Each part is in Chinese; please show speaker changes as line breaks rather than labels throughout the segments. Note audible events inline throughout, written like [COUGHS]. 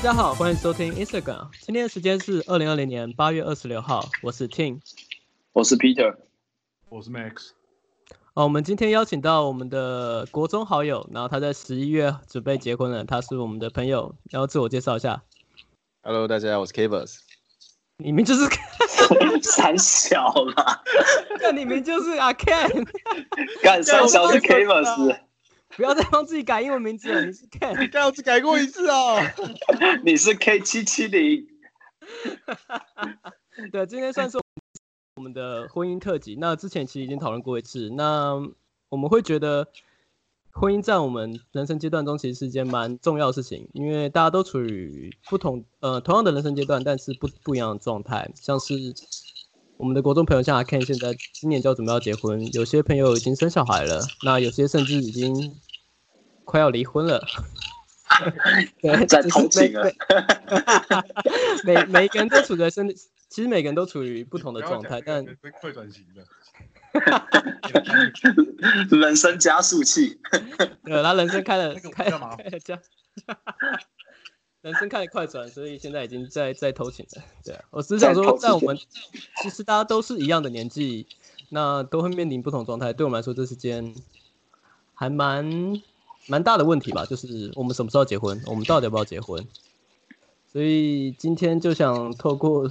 家好，欢迎收听 Instagram。今天的时间是二零二零年八月二十六号，我是 Ting。
我是
[LAUGHS]
Peter，
我是 Max，
哦，我们今天邀请到我们的国中好友，然后他在十一月准备结婚了，他是我们的朋友，然后自我介绍一下。
Hello，大家好，我是 Kavers。
你明就是， [LAUGHS]
三小啦，
看你明就是阿 Ken，
干
啊
三小是 Kavers，
不要再帮自己改英文名字了，你是 Ken。
刚只改过一次哦。
[LAUGHS] 你是 K 七七零，
对，今天算是我们的婚姻特辑。那之前其实已经讨论过一次，那我们会觉得婚姻在我们人生阶段中其实是一件蛮重要的事情，因为大家都处于不同呃同样的人生阶段，但是不不一样的状态。像是我们的国中朋友像阿 Ken，现在今年就要准备要结婚，有些朋友已经生小孩了，那有些甚至已经快要离婚了。 [LAUGHS] 对，就
在
是
同情
每
啊
每每每个人都处在身，其实每个人都处于不同的状态，但
是快转型了。
人生加速器，
[LAUGHS] 对，他人生开了
那个我
开
比较麻
开了这样， [LAUGHS] 人生开了快转，所以现在已经在在偷情了。对啊，我只是想
在偷
说，
情
在我们 [LAUGHS] 其实大家都是一样的年纪，那都会面临不同状态。对我们来说，这是件还蛮蛮大的问题吧，就是我们什么时候结婚，我们到底要不要结婚？所以今天就想透过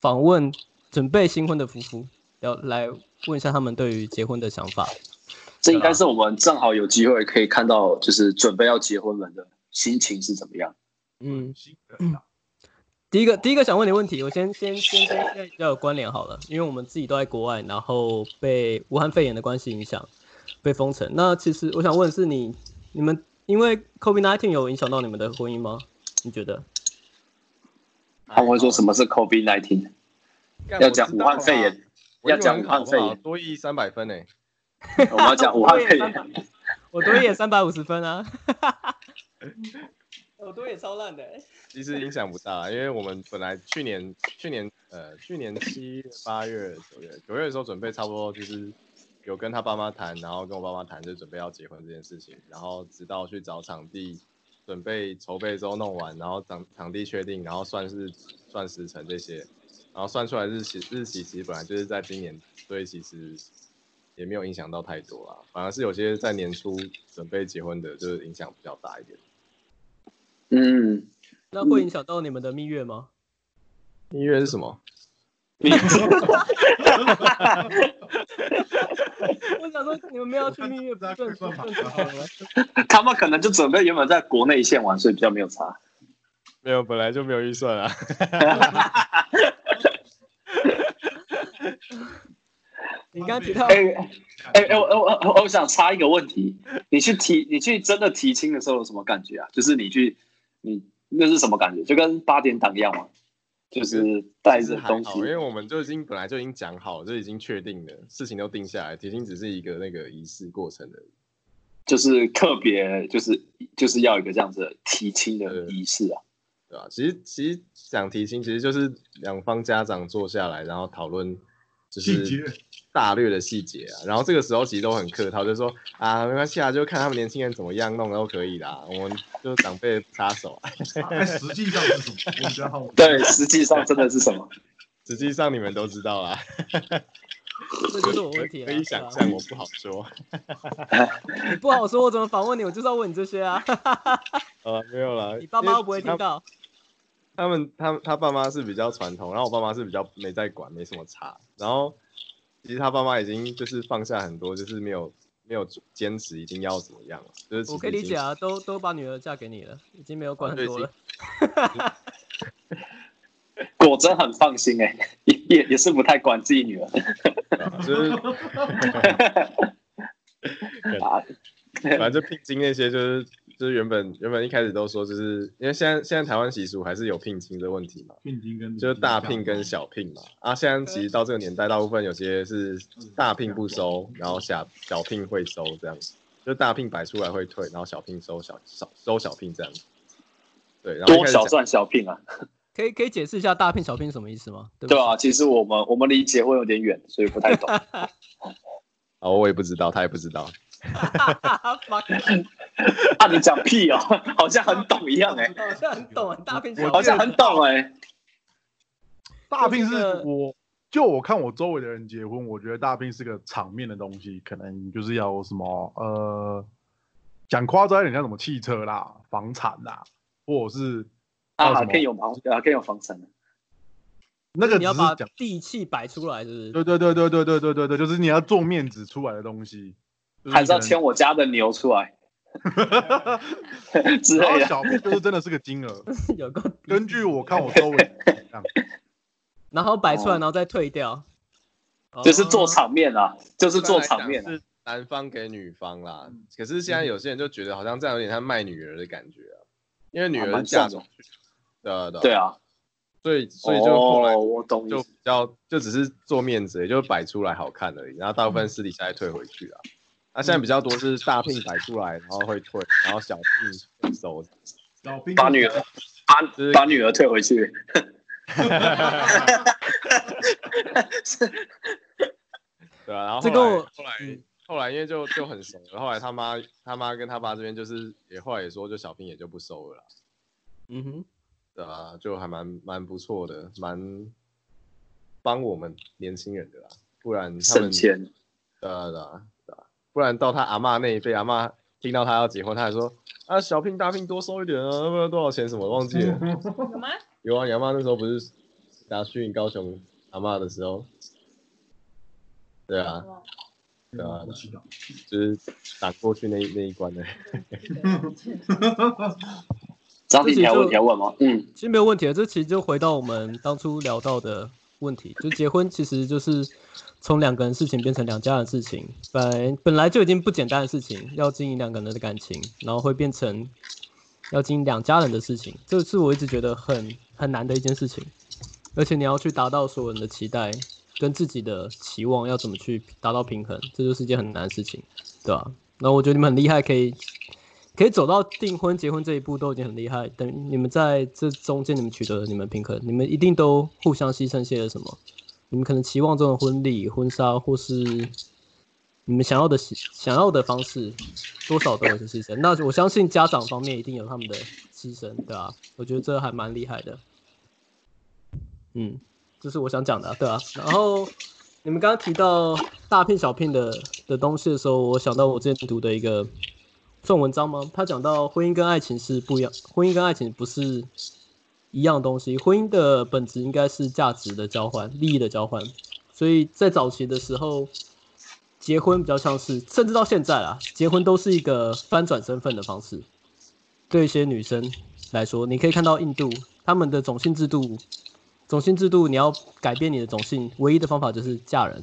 访问准备新婚的夫妇，要来问一下他们对于结婚的想法。
这应该是我们正好有机会可以看到，就是准备要结婚人的心情是怎么样。
嗯，
新人啊，
第一个，第一个想问你问题，我先先先跟现在比较有关联好了，因为我们自己都在国外，然后被武汉肺炎的关系影响，被封城。那其实我想问的是你，你们因为 COVID-19 有影响到你们的婚姻吗？你觉得？
他们会啊说什么是 COVID nineteen？要讲武汉肺炎，
啊我英
要讲
文
武
很好
汉肺炎，
多一三百分诶。
我们要讲武汉肺
我也
炎。
[LAUGHS] 我多也三百五十分 [LAUGHS] 啊，我多也超烂的、欸。
其实影响不大，因为我们本来去年去年呃去年七月八月九月九月的时候准备差不多就是有跟他爸妈谈，然后跟我爸妈谈就准备要结婚这件事情，然后直到去找场地准备筹备之后弄完，然后场场地确定，然后算是算时辰这些，然后算出来日期日期其实本来就是在今年，所以其实也没有影响到太多啦，反而是有些在年初准备结婚的，就是影响比较大一点。
嗯， [LAUGHS]
那会影响到你们的蜜月吗？
音乐是什么？
你
[LAUGHS] 我想说你们没有要去蜜月，不是很正常
[LAUGHS]
吗？
他们可能就准备原本在国内线玩，所以比较没有差。
没有，本来就没有预算啊。
你刚刚提到
哎哎哎，我我我我想插一个问题，你去提你去真的提亲的时候有什么感觉啊？就是你去你那是什么感觉？就跟八点档一样吗？就是带
其实
着
还
东
好
西
因，为我们就已经本来就已经讲好，就已经确定了，事情都定下来，提亲只是一个那个仪式过程而已。
就是特别就是就是要一个这样子的提亲的
呃
仪式啊。
对吧、其实其实讲提亲，其实就是两方家长坐下来，然后讨论呃就
细
是
节
大略的细节啊。然后这个时候其实都很客套，就说啊没关系啊，就看他们年轻人怎么样弄都可以啦，我们就长辈不插手啊。 [LAUGHS]
哎实际上是什么？我比较好奇。
对，实际上真的是什么？
实际上你们都知道啦，
这就是我问题啊了。
可以想象，我不好说。 [LAUGHS]
你不好说，我怎么访问你？我就是要问你这些啊。
呃，没有啦，
你爸
因
妈
为
会不会
其他
听到？
他们他们他爸妈是比较传统，然后我爸妈是比较没在管，没什么差。然后其实他爸妈已经就是放下很多，就是没有没有坚持一定要怎么样了，就是其实
我可以理
已经
解啊，都都把女儿嫁给你了，已经没有管很多了。
果真很放心哎、也也也是不太管自己女儿
了，就是
啊。
反正就聘金那些，就是就是原本原本一开始都说，就是因为现在现在台湾习俗还是有聘金的问题嘛，
[LAUGHS] 聘金跟
就是大聘跟小聘嘛。啊，现在其实到这个年代，大部分有些是大聘不收，然后小小聘会收这样子，就大聘摆出来会退，然后小聘收小小收小聘这样子。对，然后一
多
开始
小
讲
赚小聘啊，
可以可以解释一下大聘小聘什么意思吗？对
对
吧、
啊，其实我
[LAUGHS]
们我们离结婚有点远，所以不太懂。
哦，我也不知道，他也不知道，
Fuck，
啊，你讲屁哦，好像很懂一样哎、
好像很懂啊，大片小
好像很懂哎、
大聘是
这个
我，就我看我周围的人结婚，我觉得大聘是个场面的东西，可能就是要有什么呃，讲夸张一点，像什么汽车啦、房产啦，或者是还
哦
有
啊，
什么
可以有房啊，可以有房产的，
那个
你
只
要
是
把
讲，
地气摆出来，是不
对
是？
对对对对对对对对，就是你要做面子出来的东西，就是
还是要
可能
牵我家的牛出
[LAUGHS]
来之
然
类
后
的。
小聘就是真的是个金额，
有个，
根据我看我周围的人这样，
然后摆出来，
哦
然后再退掉，
[LAUGHS]
哦
就是做场面啊，就是做场面、啊。嗯
是男方给女方啦。可是现在有些人就觉得好像这样有点像卖女儿的感觉啊，因为女
啊
儿
蛮
嫁
像
出
的
去，对啊对啊
对啊，
所以所以就后来
哦、我懂
就
你
比较就只是做面子，也就摆出来好看而已，然后大部分私底下再退回去啊。那、现在比较多是大聘摆出来，然后会退，然后小聘收，
小兵
把女儿把
就是
把女儿退回去，
对啊，然后
这
后来
跟我
后来、
嗯
后来因为就就很熟了，后来他妈他妈跟他爸这边就是也后来也说，就小聘也就不收了啦，
嗯哼，
对啊，就还蛮蛮不错的，蛮帮我们年轻人的啦，不然他
省
们
钱。
对啊对啊对啊，不然到他阿嬷那一辈，阿嬷听到他要结婚，他还说啊小聘大聘多收一点啊，要不然多少钱什么忘记了。
有吗？
有啊，你阿妈那时候不是拿去高雄阿嬷的时候，对啊，对啊
我知道
就是打过去那一那一关的、
张婷，你要问你要问吗？嗯，
[LAUGHS]
其实没有问题啊的。这其实就回到我们当初聊到的问题，就结婚其实就是从两个人事情变成两家人事情，本来本来就已经不简单的事情，要经营两个人的感情，然后会变成要经营两家人的事情，这是我一直觉得很很难的一件事情。而且你要去达到所有人的期待跟自己的期望，要怎么去达到平衡，这就是一件很难的事情，对吧、那我觉得你们很厉害，可以可以走到订婚、结婚这一步都已经很厉害。等你们在这中间，你们取得了你们平衡，你们一定都互相牺牲些了什么？你们可能期望中的婚礼、婚纱，或是你们想要的喜想要的方式，多少都有些牺牲。那我相信家长方面一定有他们的牺牲，对吧、啊我觉得这还蛮厉害的。嗯，这是我想讲的啊、对啊。然后你们刚刚提到大片小片的的东西的时候，我想到我之前读的一个算文章吗？他讲到婚姻跟爱情是不一样，婚姻跟爱情不是一样东西。婚姻的本质应该是价值的交换、利益的交换。所以在早期的时候，结婚比较像是，甚至到现在啊，结婚都是一个翻转身份的方式。对一些女生来说，你可以看到印度他们的种姓制度，种姓制度你要改变你的种姓，唯一的方法就是嫁人。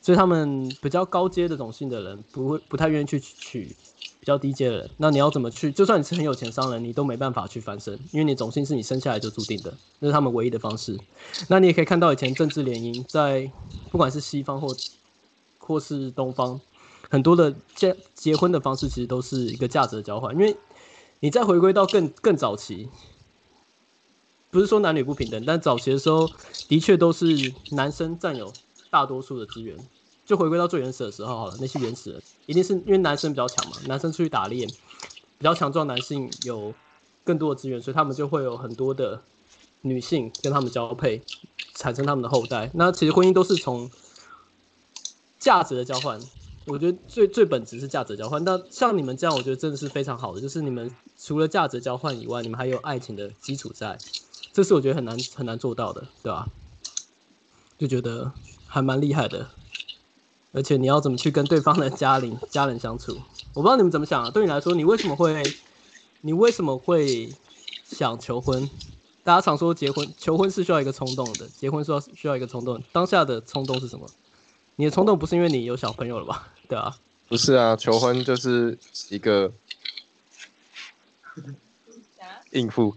所以他们比较高阶的种姓的人，不会不太愿意去娶比较低阶的人。那你要怎么去？就算你是很有钱商人，你都没办法去翻身，因为你种姓是你生下来就注定的，那是他们唯一的方式。那你也可以看到以前政治联姻在不管是西方或或是东方，很多的结结婚的方式其实都是一个价值的交换，因为你再回归到更更早期。不是说男女不平等，但早期的时候，的确都是男生占有大多数的资源，就回归到最原始的时候好了，那些原始人一定是因为男生比较强嘛，男生出去打猎，比较强壮男性有更多的资源，所以他们就会有很多的女性跟他们交配，产生他们的后代。那其实婚姻都是从价值的交换，我觉得最最本质是价值交换。那像你们这样，我觉得真的是非常好的，就是你们除了价值交换以外，你们还有爱情的基础在，这是我觉得很难很难做到的，对吧、就觉得还蛮厉害的。而且你要怎么去跟对方的家人 [LAUGHS] 家人相处？我不知道你们怎么想啊。对你来说，你为什么会，你为什么会想求婚？大家常说结婚求婚是需要一个冲动的，结婚需要需要一个冲动。当下的冲动是什么？你的冲动不是因为你有小朋友了吧？对啊，
不是啊，求婚就是一个
啊啥？
应
[LAUGHS]
付，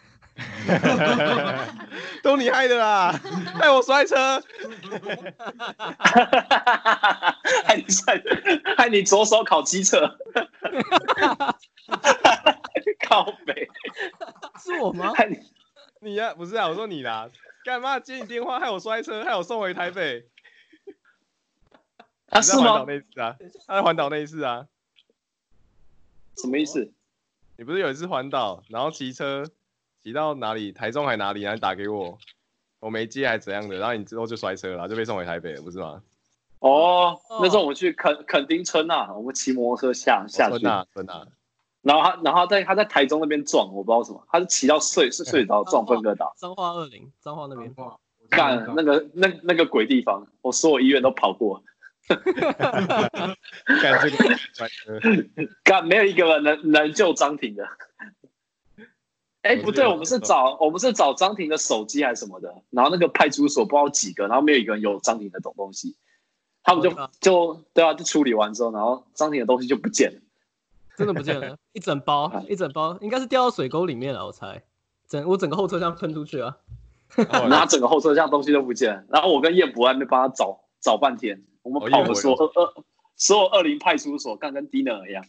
[LAUGHS]
都你害的啦！带我摔车，
[LAUGHS] 害你害害你左手烤鸡翅， [LAUGHS] 靠北，
是我吗？
害你
你呀、不是啊，我说你啦，干嘛接你电话害我摔车，害我送回台北？
啊
你在
是
环
吗
岛？那一次啊，他在环岛那一次啊，
什么意思？
你不是有一次环岛，然后骑车骑到哪里，台中还哪里，然后你打给我，我没接还怎样的，然后你之后就摔车了，就被送回台北了，不是吗？
哦
哦，
那时候我们去垦垦丁村啊，我们骑摩托车下下去，
春啊春啊，
然后他然后他在他在台中那边撞，我不知道为什么，他是骑到睡睡睡着撞分割岛，
彰化二零，彰化那边。
干那个那那个鬼地方，我所有医院都跑过，
干这个摔
[LAUGHS]
车，
干没有一个人能能救张婷的。哎，
我
不
记
对，
得
我们是找我们是找张婷的手机还是什么的，然后那个派出所不知道几个，然后没有一个人有张婷的东东西，他们就
我知道
就对啊，就处理完之后，然后张婷的东西就不见了。
真的不见
[LAUGHS]
了，一整包，一整包，应该是掉到水沟里面了，我猜。整我整个后车厢喷出去啊！
然后
然后整个后车厢东西都不见了。然后我跟叶博安那边帮他找找半天，我
哦
们跑
叶
了
博
所有二二所有二零派出所，干跟 Dina 一样。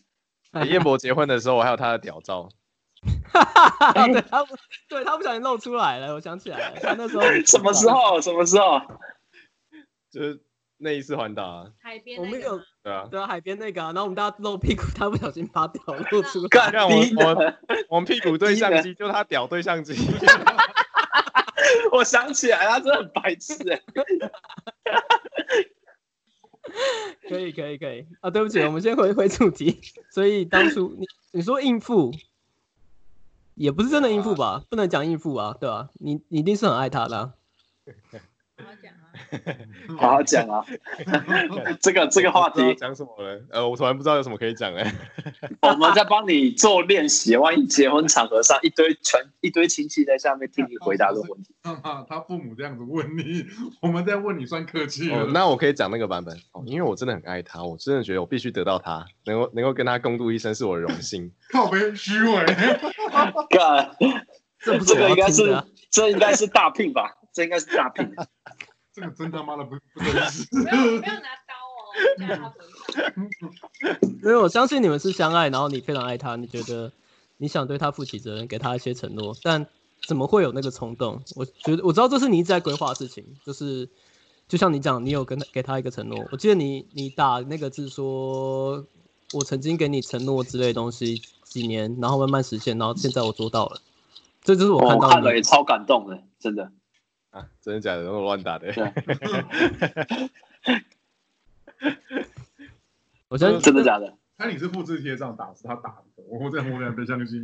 哎
欸燕博结婚的时候，我还有他的屌照，
哎
对他不，对他不小心露出来了，我想起来了，他那时候
[LAUGHS] 什么时？候？什么时候？
就是那一次环岛啊，
海边
我
那
们
个
有
吗
对啊，
对啊，海边那个、啊，然后我们大家露屁股，他不小心把屌露出来。
干
干我
Dina，
我们屁股对相机，就他屌对相机，
我想起来，他真的很白痴哎、
可以可以可以啊！对不起，我们先回回主题。所以当初你你说应付，也不是真的应付吧？不能讲应付啊，对吧、你你一定是很爱他的啊、
好好讲啊，
好好讲啊，这个 [LAUGHS] 这个话
不知道
题，
讲什么了？呃，我突然不知道有什么可以讲哎、
我们在帮你做练习。万一结婚场合上一堆全一堆亲戚在下面替你回答这个问题，
他他父母这样子问你，我们在问你算客气了。
哦，那我可以讲那个版本哦，因为我真的很爱他，我真的觉得我必须得到他，能够能够跟他共度一生是我的荣幸。
靠边虚伪，
干
这不是
啊这
我要
个应该
听的
是
啊
这应该是大聘吧？这应该是大聘。
这个真他妈的不不真实。
不要不要拿刀哦，架在他脖子上。
因为我相信你们是相爱，然后你非常爱他，你觉得你想对他负起责任，给他一些承诺，但怎么会有那个冲动？我觉得我知道这是你一直在规划的事情，就是就像你讲，你有跟他给他一个承诺。我记得你你打那个字说，我曾经给你承诺之类的东西几年，然后慢慢实现，然后现在我做到了，这 [LAUGHS] 就是我
我
看到
哦看
你
了也超感动的，真的。
啊，真的假的？那我乱打的、 [LAUGHS]
对啊
我相信
真的假的？
看你是复制贴上打，是他打的。我这样我两边相信。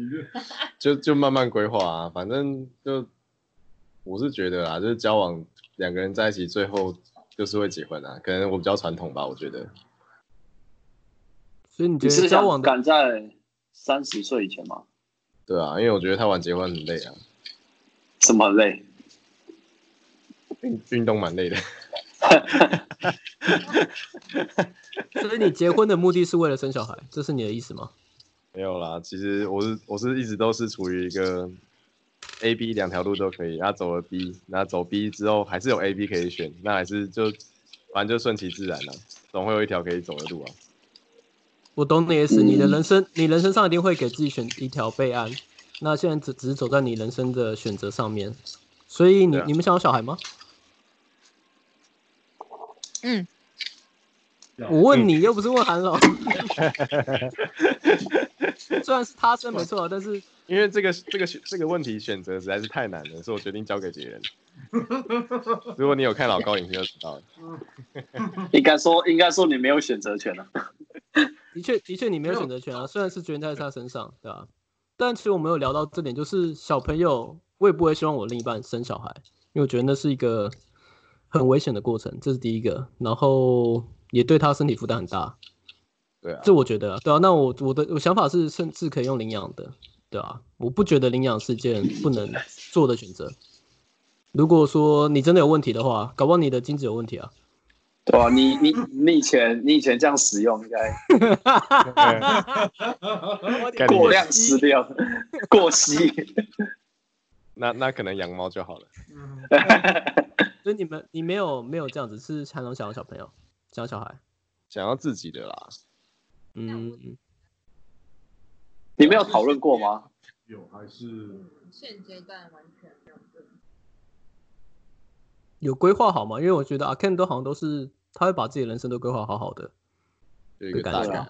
就就慢慢规划啊，反正就我是觉得啊，就是交往两个人在一起，最后就是会结婚啊。可能我比较传统吧，我觉得。
所以你觉
你是
得交往
想
的
赶在三十岁以前吗？
对啊，因为我觉得太晚结婚很累啊，
这么累？
运运动蛮累的。 [LAUGHS]
所以你结婚的目的是为了生小孩，这是你的意思吗？
没有啦，其实我是我是一直都是处于一个 A B 两条路都可以，然后走了 B，然后走 B 之后还是有 A B 可以选，那还是就反正就顺其自然啦、总会有一条可以走的路啊。
我懂你的意思，你的
嗯
人生，你人生上一定会给自己选一条备案。那现在只只是走在你人生的选择上面，所以你、
对啊
你们想要小孩吗？
嗯
我问你，又不是问韩老。虽然是他生没错，但是
因为这个这个这个问题选择实在是太难了，所以我决定交给别人。如果你有看老高影片就知道了，
应该说，应该说你没有选择权了、啊。
的确的确你没有选择权啊。虽然是决定在他身上，对吧、但其实我们有聊到这点，就是小朋友，我也不会希望我另一半生小孩，因为我觉得那是一个很危险的过程，这是第一个。然后也对他身体负担很大。
对啊，
这我觉得啊，对啊，那我我的我想法是，甚至可以用领养的，对啊，我不觉得领养是件不能做
[LAUGHS]
的选择。如果说你真的有问题的话，搞不好你的精子有问题啊，
对吧？你你你以前你以前这样使用，应该
我
干
过量吃
吸，
掉，过稀。
那那可能养猫就好了。
所以你们你没有没有这样子，是韩龙想要小朋友，想要小孩，
想要自己的啦，
嗯，嗯
你没有讨论过吗？
有还是
现阶段完全没有这种
有规划好吗？因为我觉得阿啊 Ken 都好像都是他会把自己的人生都规划好好的，
有一个
对
大
感觉
概
啊。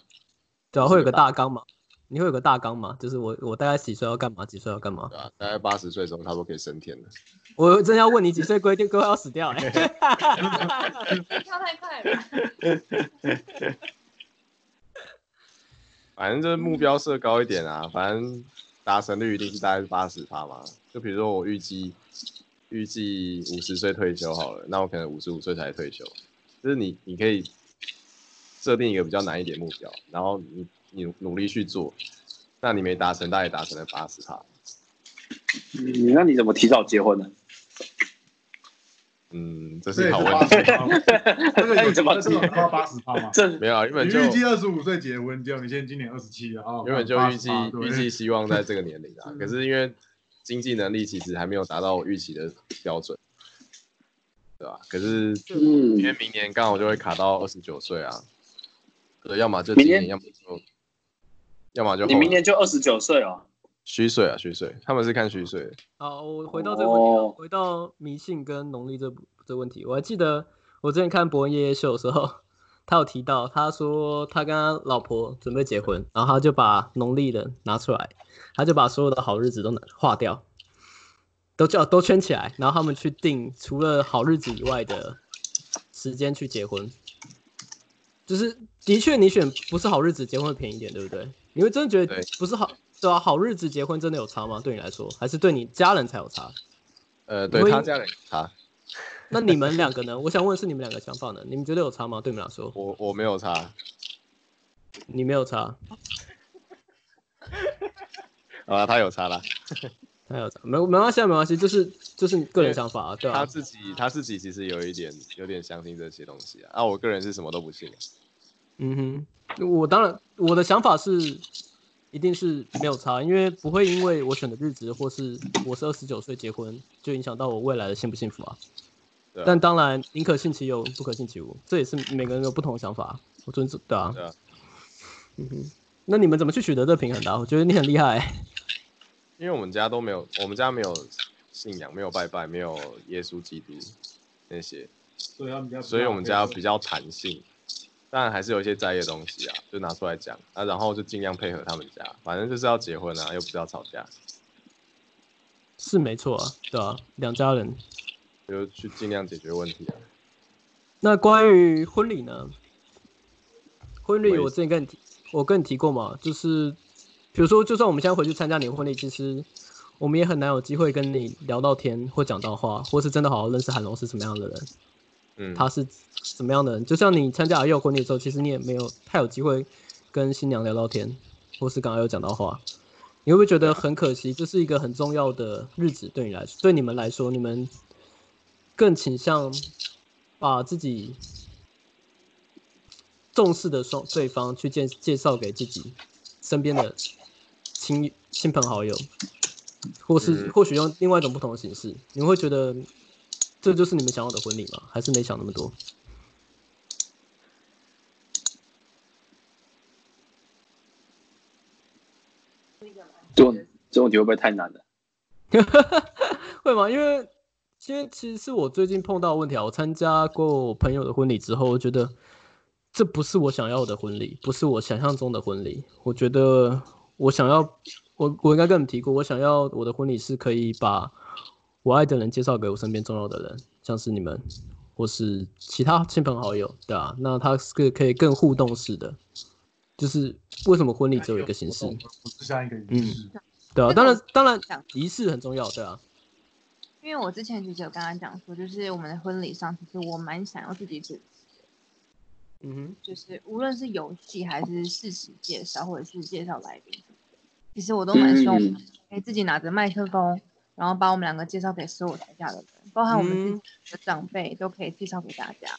对啊，
是
会有
个
个大纲嘛，你会有个大纲嘛，就是我我大概几岁要干嘛，几岁要干嘛
对。吧、啊大概八十岁的时候，差不多可以升天了。
我真要问你几岁规定规划要死掉、欸？
跳太快了吧，
反正就是目
嗯
标设高一点啊，反正达成率一定是大概是八十趴嘛。就比如说我预计预计五十岁退休好了，那我可能五十五岁才退休。就是你你可以设定一个比较难一点目标，然后你你努力去做，那你没达成，大概达成了八十趴。
你那你怎么提早结婚呢？
嗯，这
这
是
也
好
是
问
八
题。
十趴吗？这个
那
有
你怎么
这个有到八十趴吗？
这
没有啊，原
你
本就
预计二十五岁结婚，结果你现在今年二十七了啊，
原本就预计
80%对嗯
预计希望在这个年龄啊，可是因为经济能力其实还没有达到我预期的标准，对吧？可是
嗯
因为明年刚好就会卡到二十九岁啊，对，要么就今
明
年，
年
要么就要么就
你
后
明
年
年就二十九岁哦。
虚岁啊，虚岁，他们是看虚岁，
好，我回到这个问题啊，
哦
回到迷信跟农历这部这问题，我还记得我之前看伯恩夜夜秀的时候，他有提到，他说他跟他老婆准备结婚，然后他就把农历的拿出来，他就把所有的好日子都拿划掉，都叫都圈起来，然后他们去定除了好日子以外的时间去结婚。就是的确，你选不是好日子结婚会便宜一点，对不对？你会真的觉得
对
不是好，对啊，好日子结婚真的有差吗？对你来说，还是对你家人才有差？
呃，对
婚
他家人差，
那你们两个呢？我想问的是你们两个想法呢？你们觉得有差吗？对你们来说，
我我没有差
你没有差，
啊，他有差啦，
他有差，没没关系啊，没关系，就是就是你个人想法啊，对
他
啊，
自己他自己其实有一点有点相信这些东西啊，啊，我个人是什么都不信啊，
嗯哼，我当然我的想法是，一定是没有差，因为不会因为我选的日子或是我是二十九岁结婚就影响到我未来的幸不幸福啊。
对啊
但当然，宁可信其有，不可信其无，这也是每个人有不同的想法，我尊重，对啊，
对啊
嗯哼，那你们怎么去取得这平衡的啊、我觉得你很厉害、
因为我们家都没有，我们家没有信仰，没有拜拜，没有耶稣基督那些，
所以他们家，
所以我们家比较弹性，当然还是有一些在意的东西啊，就拿出来讲啊，然后就尽量配合他们家，反正就是要结婚啊，又不是要吵架，
是没错啊，对啊，两家人。
就去尽量解决问题啊。
那关于婚礼呢？婚礼
喂
我之前跟你提，我跟你提过嘛，就是比如说，就算我们现在回去参加你的婚礼，其实我们也很难有机会跟你聊到天或讲到话，或是真的好好认识韩龙是什么样的人，
嗯，
他是什么样的人。就像你参加阿佑婚礼的时候，其实你也没有太有机会跟新娘聊到天，或是刚刚有讲到话。你会不会觉得很可惜？这是一个很重要的日子，对你来说，对你们来说，你们更倾向把自己重视的双对方去介介绍给自己身边的亲亲朋好友，或是、
嗯
或许用另外一种不同的形式，你们会觉得这就是你们想要的婚礼吗？还是没想那么多？
这种这种问题会不会太难了？
会吗？因为因为其实是我最近碰到的问题啊，我参加过我朋友的婚礼之后，我觉得这不是我想要的婚礼，不是我想象中的婚礼。我觉得我想要，我我应该跟你们提过，我想要我的婚礼是可以把我爱的人介绍给我身边重要的人，像是你们或是其他亲朋好友，对啊，那它是可以更互动式的，就是为什么婚礼只有一个形式？
不是像一个仪式。
嗯
对啊，
这个
当然当然
想
仪式很重要，对啊，
因为我之前其实有跟他讲说，就是我们的婚礼上，其实我蛮想要自己主
嗯哼。
就是无论是游戏还是事实介绍，或者是介绍来宾，其实我都蛮希望我们
嗯
可以自己拿着麦克风，然后把我们两个介绍给所有台下的人，包含我们自己的长辈都可以介绍给大家。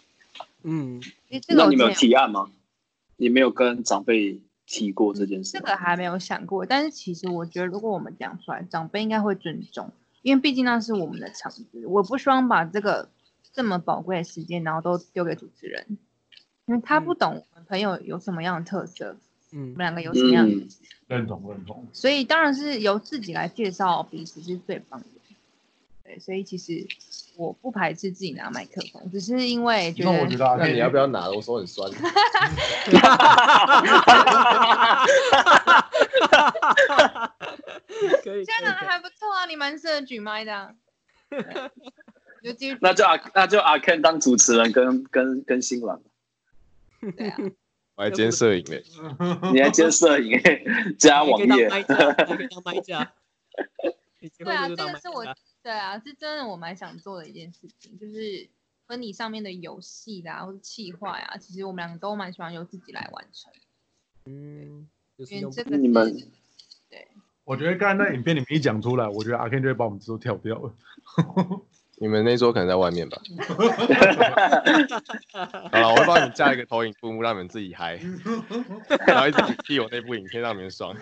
嗯，
其实这个
那
我
你们有
之前
提案吗？你没有跟长辈提过这件事
这
吗？
个还没有想过，但是其实我觉得，如果我们讲出来，长辈应该会尊重，因为毕竟那是我们的场子。我不希望把这个这么宝贵的时间，然后都丢给主持人，因为他不
嗯
懂我们朋友有什么样的特色，我
嗯
们两个有什么样的
嗯，
认同认同。
所以当然是由自己来介绍彼此是最棒的。对，所以其实我不排斥自己拿麦克风，只是因为觉
那我觉
得
得啊
那你要不要拿？我手很
[LAUGHS]
酸。
[LAUGHS] 可以。
现在拿的
可以
还不错啊，你蛮适合举麦的、啊。
[LAUGHS]
对你就继续举
那就阿那就阿 Ken 当主持人跟跟跟新郎，
对啊。
我还兼摄影嘞，
你还兼摄影 [LAUGHS] 加网
可以
页
当，麦架，还可以当麦架。你结
对
婚
啊，
就
这
当
个
麦
是我
架。
对啊，这真的我蛮想做的一件事情，就是婚礼上面的游戏啦，或者企划呀，其实我们两个都蛮喜欢由自己来完成，
嗯，就是
因为
用
这个
你们
是
[LAUGHS] 我觉得刚才那影片里面一讲出来，我觉得阿 Ken 就会把我们这都跳掉了。
你们那桌可能在外面
[LAUGHS]
吧。好了，我会帮你们架一个投影幕幕，让你们自己嗨，然后一直替我那部影片让你们爽。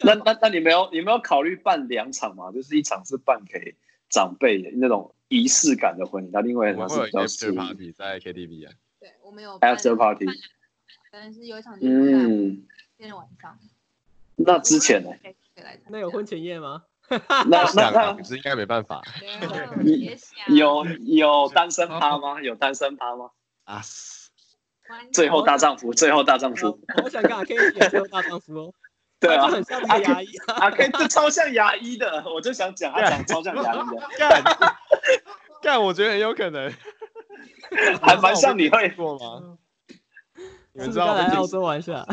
那那那你没有你没有考虑办两场吗？就是一场是办给长辈的那种仪式感的婚礼，那另外
我
一
们
场
会
是比较私
有一个 after
密
party 在 KTV 啊。
对，我们有办
after party
办。两场但是有一场就是在今
嗯，
天晚上，
那之前呢？
谁可以来参加？
那有婚前夜吗？
那那
想啊，
那
可是应该没办法
对啊
你
[LAUGHS]
也想
有有单身趴吗？有单身趴吗？
啊。
关
最后大丈夫，最后大丈夫，
我好想跟阿 K 一起演最后大丈夫哦，
嗯对啊
就，很像那个牙医啊。
[LAUGHS] 阿 K 这超像牙医的，我就想讲他长超像牙医的，
干干，我觉得很有可能。
[LAUGHS] 还蛮像你会，
过吗？你
是
们
不
知
是
道
该
我被
来
检
澳
视，
洲玩一下？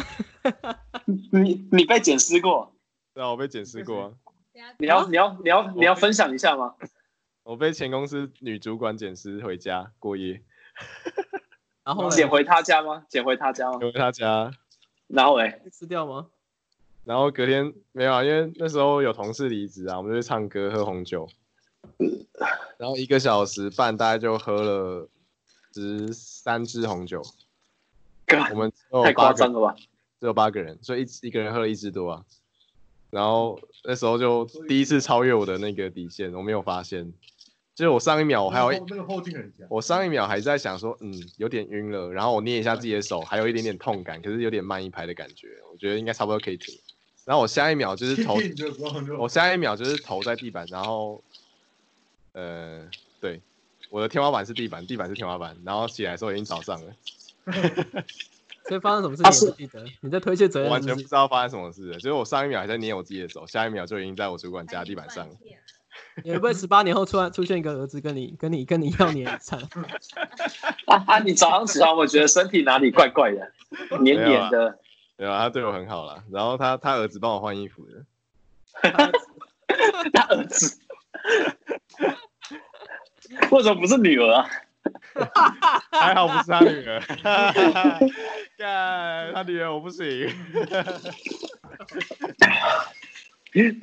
你你被检视过，
知道我被检视过啊，
等一下
你
[LAUGHS]
要你要你要你要分享一下吗？
我被前公司女主管检视回家过夜，
然后嘞
捡回他家吗？捡回他家吗？
回她家，
然后哎嘞，
会吃掉吗？
然后隔天没有啊，因为那时候有同事离职啊，我们就去唱歌喝红酒，然后一个小时半大概就喝了十三支红酒，
干
我们只有
太
八
夸
个
张了吧？
只有八个人，所以一一个人喝了一支多啊。然后那时候就第一次超越我的那个底线，我没有发现，就是我上一秒我还有一
那个后劲很强。
我上一秒还在想说，嗯，有点晕了，然后我捏一下自己的手，还有一点点痛感，可是有点慢一拍的感觉，我觉得应该差不多可以停。然后我下一秒就
[LAUGHS]
是头，我下一秒就是头在地板，然后，呃，对，我的天花板是地板，地板是天花板，然后起来的时候已经早上了，
所以发生什么事
啊
情你不记得？你在推卸责
我
任
完
是
全
不
不
是
知？道发生什么事了，就是我上一秒还在捏我自己的手，下一秒就已经在我主管家地板上了。
你会不会十八年后突然出现一个儿子跟你跟你跟你要年遗产？
啊啊！你早上起床，我觉得身体哪里怪怪的，黏黏的。
对啊，他对我很好啦，然后他他儿子帮我换衣服
[LAUGHS]
的，
他儿子， [LAUGHS] 为什么不是女儿啊？
还好不是他
[LAUGHS]
女儿，干他女儿我不行。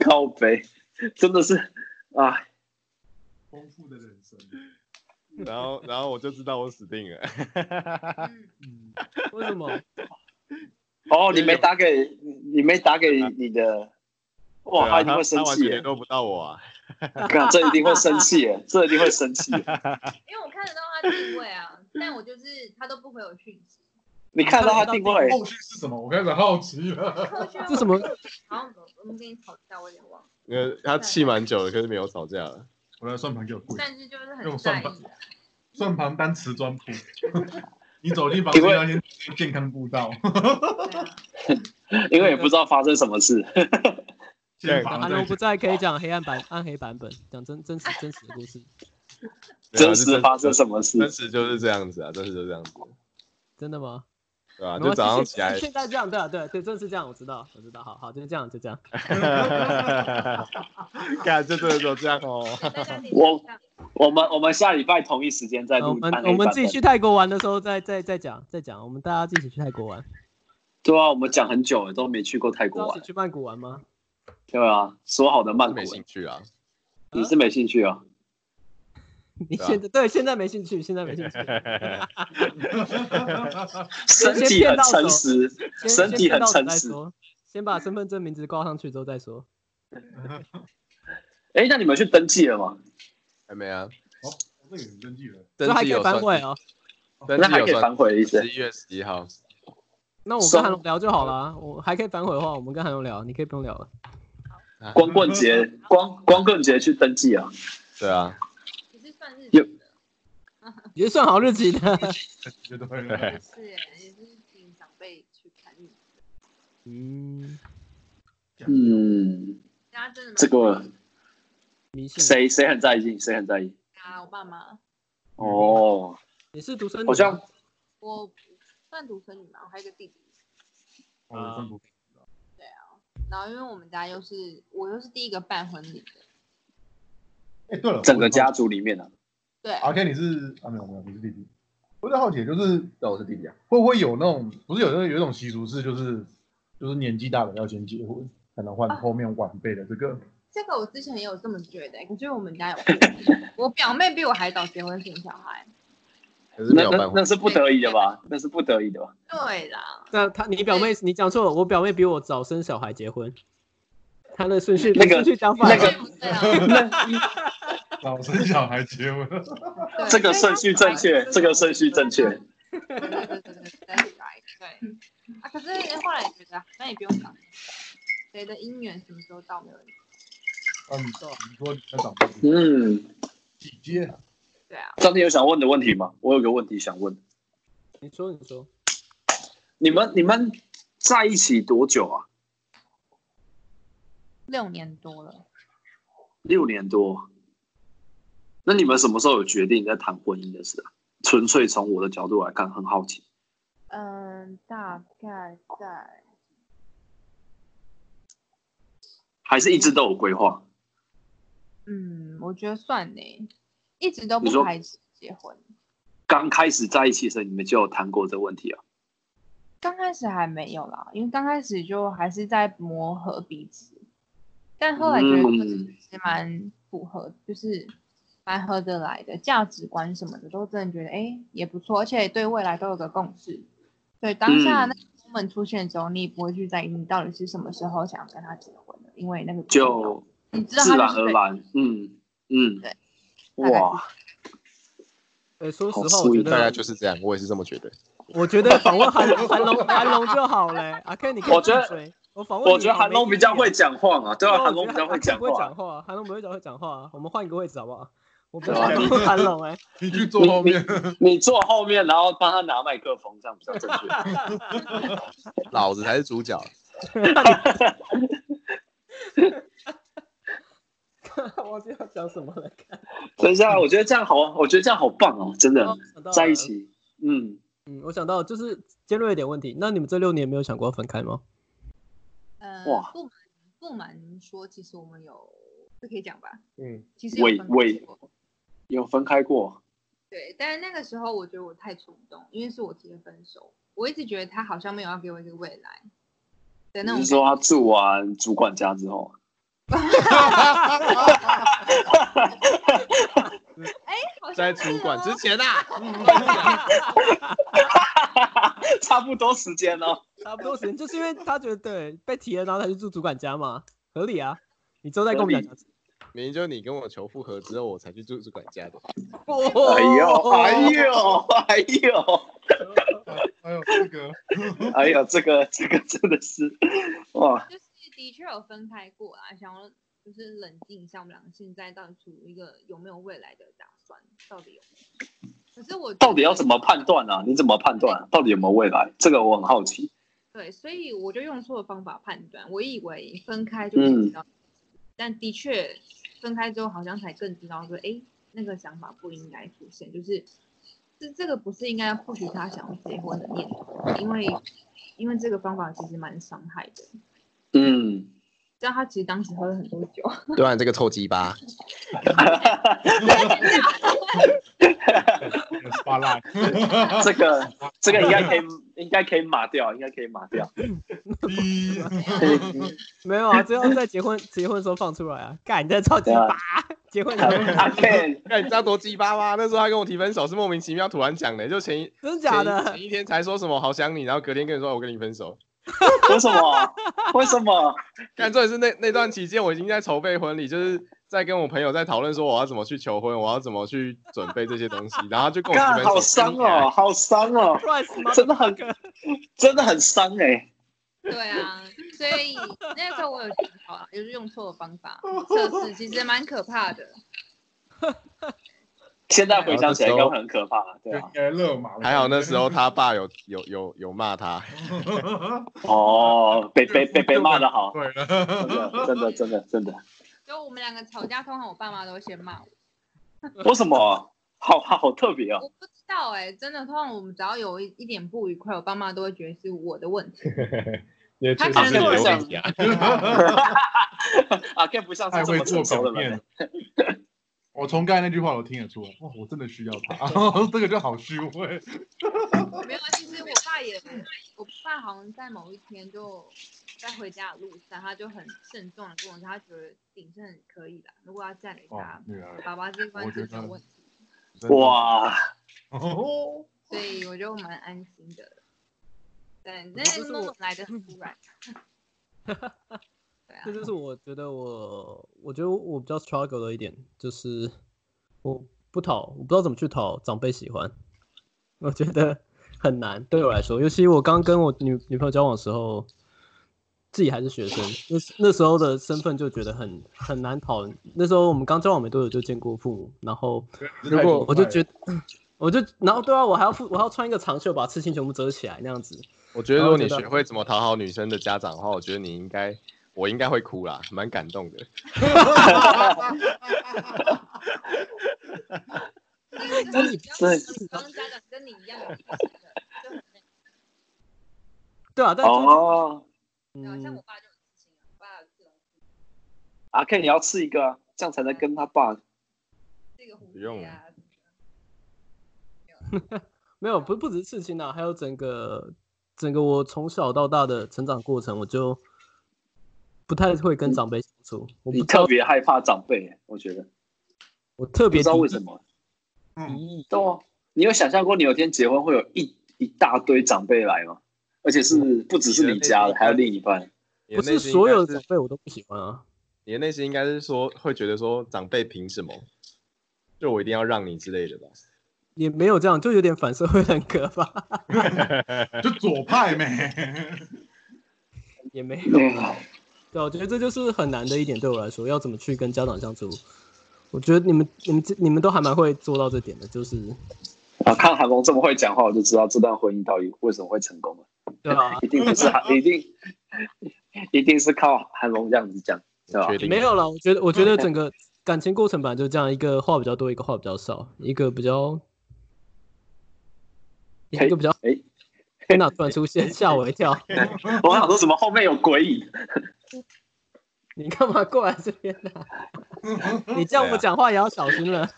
靠北，真的是啊！
丰富的人生。
然后，然后我就知道我死定了。
嗯
嗯，
为什么？
哦，你没打给，你没打给你的，哇，
对啊
一定
他
会生
他完
气
全
耶
联！络不到我啊。
看，这一定会生气
[LAUGHS]
耶，这一定会生气耶。
因为我看得到他定位啊，但我就是他都不回我讯
[LAUGHS]
息。
你看到他定位，
后续是什么？我开始好奇了。 [LAUGHS]
这什么？
好，我们跟你吵架，我有点忘了，
因为他气蛮久了，可是没有吵架了。
我的算盘给我跪，
但是就是很
用算
在
法
意啊。
算盘当瓷砖铺。 [LAUGHS] 你走进房
请
间
问
要先健康步道，
对啊
因为也不知道发生什么事。
[LAUGHS] 先
阿
防
龙不
在。
在，可以讲黑暗版、暗黑版本，讲真真实真实的故事，
没有
真
啊
实发生什么
真
事？
实就是这样子啊，真实就这样子，
真的吗？
对吧、
没
啊
关
就
系
早上
现
起来，
现在这样，对啊对啊对，真的是这样，我知道，我知道，好好，就这样，就这样。
[LAUGHS] 干，就真的就这样
[LAUGHS]
哦。
大家自己
我
想象
我们我们下礼拜同一时间再
呃我
录
们
安利版本。
我们自己去泰国玩的时候再再再讲再讲，我们大家一起去泰国玩，
对啊，我们讲很久了，都没去过泰国
要一
玩
起。去曼谷玩吗？
对啊，说好的曼
是
谷
没，兴趣啊，
你是没兴趣啊？
你
对啊
现在对现在没兴趣，现在没兴趣，
身体
啊
很诚实，
先
身
先
体
骗
很
到手
诚
再
实
说，先把身份证名字挂上去之后再说。
哎，那你们去登记了吗？
还没啊，
[LAUGHS] 这个有登记了，
所以
登
还可以
记有
反悔
算，
哦。
登
那
记
还
有
可以
算
反悔的意思
十一月十一号，
那我跟韩龙聊就好啦，我还可以反悔的话，我们跟韩龙聊，你可以不用聊了。
光棍节，光光棍节去登记啊？
对啊，
你是算日
有
子的，
也算好日子的。
绝对了。
是耶也是请长辈去看你。
嗯，
嗯，
大家真的蛮
这个
迷信。
谁谁很在意？谁很在意？
啊，我爸妈，
哦，
你是独生女吗？
好像
我算独生女嘛，我还有一个弟弟。
哦有分
嗯
组
然后因为我们家又是我又是第一个办婚礼的，
哎，对了，
整个家族里面啊，
对，
，OK，你是啊，没有没有，你是弟弟。我在好奇，就是哦，我是弟弟啊，会不会有那种不是有有有一种习俗是就是就是年纪大的要先结婚，才能换
啊
后面晚辈的这个？
这个我之前也有这么觉得，可是我们家有，我表妹比我还早结婚生小孩。
可是
那
没有
那
办法，
那是不得已的吧？那是不得已的吧？
对啦，
那他，你表妹，你讲错了，我表妹比我早生小孩结婚，她的顺序
那个
顺序讲反了。
那个
所以不对啊，
老生小孩结婚，
[LAUGHS] 对
这个顺序正确，这个顺序正。
所
确
以。对对对对对对对对啊！可是后来也觉得好像也不用想，谁的姻缘什么时候到没有人知道
啊，你你说你的长辈是
嗯，
姐姐，
对啊，
张天有想问的问题吗？我有个问题想问，
你说，你说，
你们你们在一起多久啊？
六年多了，
六年多。那你们什么时候有决定在谈婚姻的事啊？纯粹从我的角度来看，很好奇。
嗯，大概在
还是一直都有规划？
嗯，我觉得算呢，一直都
你说
不排斥结婚。
刚开始在一起的时候，你们就有谈过这个问题啊？
刚开始还没有啦，因为刚开始就还是在磨合彼此，但后来觉得
嗯
其实蛮符合，就是蛮合得来的，价值观什么的都真的觉得哎、诶也不错，而且对未来都有个共识。对当下
嗯
那个 moment 出现的时候，你也不会去在意你到底是什么时候想跟他结婚的，因为那个不重要
就
你知道
自
他
然
就是
而
对
然，嗯嗯
对，
哇，
呃，说实
好
话，我觉
sweet
大概
得，
就是这样，我也是这么觉得。 [LAUGHS]
我觉得访问韩 [LAUGHS] 韩龙韩龙就好了。阿 Ken，你可以
我觉得
闭嘴，我访问你
我觉得韩龙比较会，讲话嘛，对
好
啊，
没意义
韩龙比较会
对啊
讲
我觉得韩
话
龙。不会讲话，韩龙不会讲会讲话啊。我们换一个位置好不好？我不
对啊
要讲韩龙
[LAUGHS]
哎，
你去坐后面，
你坐后面，然后帮他拿麦克风，这样比较正确。
老子才是主角， [LAUGHS]
我忘记要讲什么了。
等一下，我觉得这样好，我觉得这样好棒哦，真的
哦，想到了
在一，起，嗯，
嗯，我想到了就是尖锐一点问题。那你们这六年没有想过要分开吗？
呃
哇
不瞒不瞒说，其实我们有这可以讲吧，
嗯，
其实有
喂
分开
喂
过
有分开过，
对，但是那个时候我觉得我太冲动，因为是我提的分手，我一直觉得他好像没有要给我一个未来的那
你
种
是说他住完主管家之后， [LAUGHS]
感觉，好像
在
是
主管
哦
之前啊，
[LAUGHS]
差不多时间哦，
差不多时间，就是因为他觉得对被提了，然后他去住主管家嘛，合理啊。你之后再跟我们讲。
明明就你跟我求复合之后，我才去住住管家的。
哦
啊
哎呦，哎，呦， [LAUGHS] 哎呦。
[LAUGHS]
还有这个，
哎呀，这个这个真的是，哇，
就是的确有分开过啦，想要就是冷静一下，我们两个现在到底处于一个有没有未来的打算，到底有没有？可是我
到底要怎么判断啊？你怎么判断、到底有没有未来？这个我很好奇。
对，所以我就用错方法判断，我以为分开就是知道，但的确分开之后好像才更知道说，哎，那个想法不应该出现，就是这这个不是应该不许他想要结婚的念头，因为因为这个方法其实蛮伤害的。
嗯，
知道他其实当时喝了很多酒，
[LAUGHS] 对啊，你这个臭鸡 [LAUGHS] 巴，
巴拉，
这个这个应该可以，应该可以码掉，应该可以码 [LAUGHS] 掉。
没有啊，最后在结婚结婚的时候放出来啊，干你这超级
对啊
八，结婚以后，
阿啊 Ken，
看你知道多鸡巴吗？那时候他跟我提分手是莫名其妙突然讲的，就前一
真的
前
假
一 [LAUGHS]
的？
前一天才说什么好想你，然后隔天跟你说我跟你分手。
为什么？为什么？
[LAUGHS] 但重点是那那段期间我已经在筹备婚礼，就是在跟我朋友在讨论说我要怎么去求婚，我要怎么去准备这些东西，然后他就跟我提
干，
分手。
好伤哦，好伤哦，真的很真的很伤哎。
对啊，所以那时候我有觉得好啊，就是用错方 [LAUGHS] 法测
[LAUGHS]
试，其实蛮可怕的。
现在回想起来应该会很可怕，对啊
应。该勒马。
还好那时候他爸有有有有
[LAUGHS]
骂他，
哦，被被被被骂的好，
[LAUGHS] 对了，
真的真的真的真的。
就我们两个吵架，通常我爸妈都会先骂我。
为什么？好好好特别哦。
我不知道哎、真的，通常我们只要有一一点不愉快，我爸妈都会觉得是我的问题。 [LAUGHS]
因为
他
确
可
实
能
是你
做
的
了
问题啊。
阿啊 Ken 不像
太
是这
会
么
做
成熟
表
的人
面。。我从刚才那句话我听得出来，哇，我真的需要他， [LAUGHS] 这个就好虚伪。
没有，啊其实我爸也，我爸好像在某一天就在回家的路上，他就很慎重的跟我说，他觉得鼎盛可以的，如果要嫁给
哦
他，，
女儿，
爸爸这一关
我觉
是
得
没有问题，
哇，
哦，
所以我就蛮安心的。对，那
这是
那
我
种来的很突然。对啊
这，就是我觉得我，我觉得我比较 struggle 的一点，就是我不讨，我不知道怎么去讨长辈喜欢，我觉得很难对我来说，尤其我刚跟我女女朋友交往的时候，自己还是学生，那那时候的身份就觉得很很难讨。那时候我们刚交往没多久就见过父母，然后
如
我就觉得，我就然后对啊，我还要付，我还要穿一个长袖把刺青全部遮起来那样子，
我觉得如果你学会怎么讨好女生的家长的话，我觉得你应该，我应该会哭啦，蛮感动的。
就是你不要当家长跟你一样有意识的，就很累。
对啊，但是、
哦，
对啊，像
嗯
我，爸就很自信啊，我爸有自动
阿 Ken 也要吃一个啊，这样才能跟他爸。
这个蝴
不用
蝶啊，
没有，不不只是刺青啊，还有整个整个我从小到大的成长过程，我就不太会跟长辈相处，我
你
不知道
特别害怕长辈，我觉得
我特
不
别
知道
敌
为
意
什么。
嗯，
懂吗？你有想象过你有天结婚会有一一大堆长辈来吗？而且是不只嗯是你家的，还有另一半。
你
不
的内
是
心
所有
应该
的长
是
辈我都不喜欢啊。
你的内心应该是说会觉得说长辈凭什么，就我一定要让你之类的吧。
也没有这样，就有点反社会人格吧，
就左派没。
也没有。
嗯
对啊，我觉得这就是很难的一点，对我来说，要怎么去跟家长相处？我觉得你们、你们、你们都还蛮会做到这点的，就是
啊，看韩龙这么会讲话，我就知道这段婚姻到底为什么会成功了。
对吧、
一定不是韩，一定一定是靠韩龙这样子讲，对吧
确？定哦
没有了，我觉得，我觉得整个感情过程本来就这样，一个话比较多，一个话比较少，一个比较，一
嘿
个比较。
哎，
天哪！突然出现，吓我一
[LAUGHS]
跳！
我想说什么？后面有鬼影，
你干嘛过来这边呢、你这样我讲话也要小心了。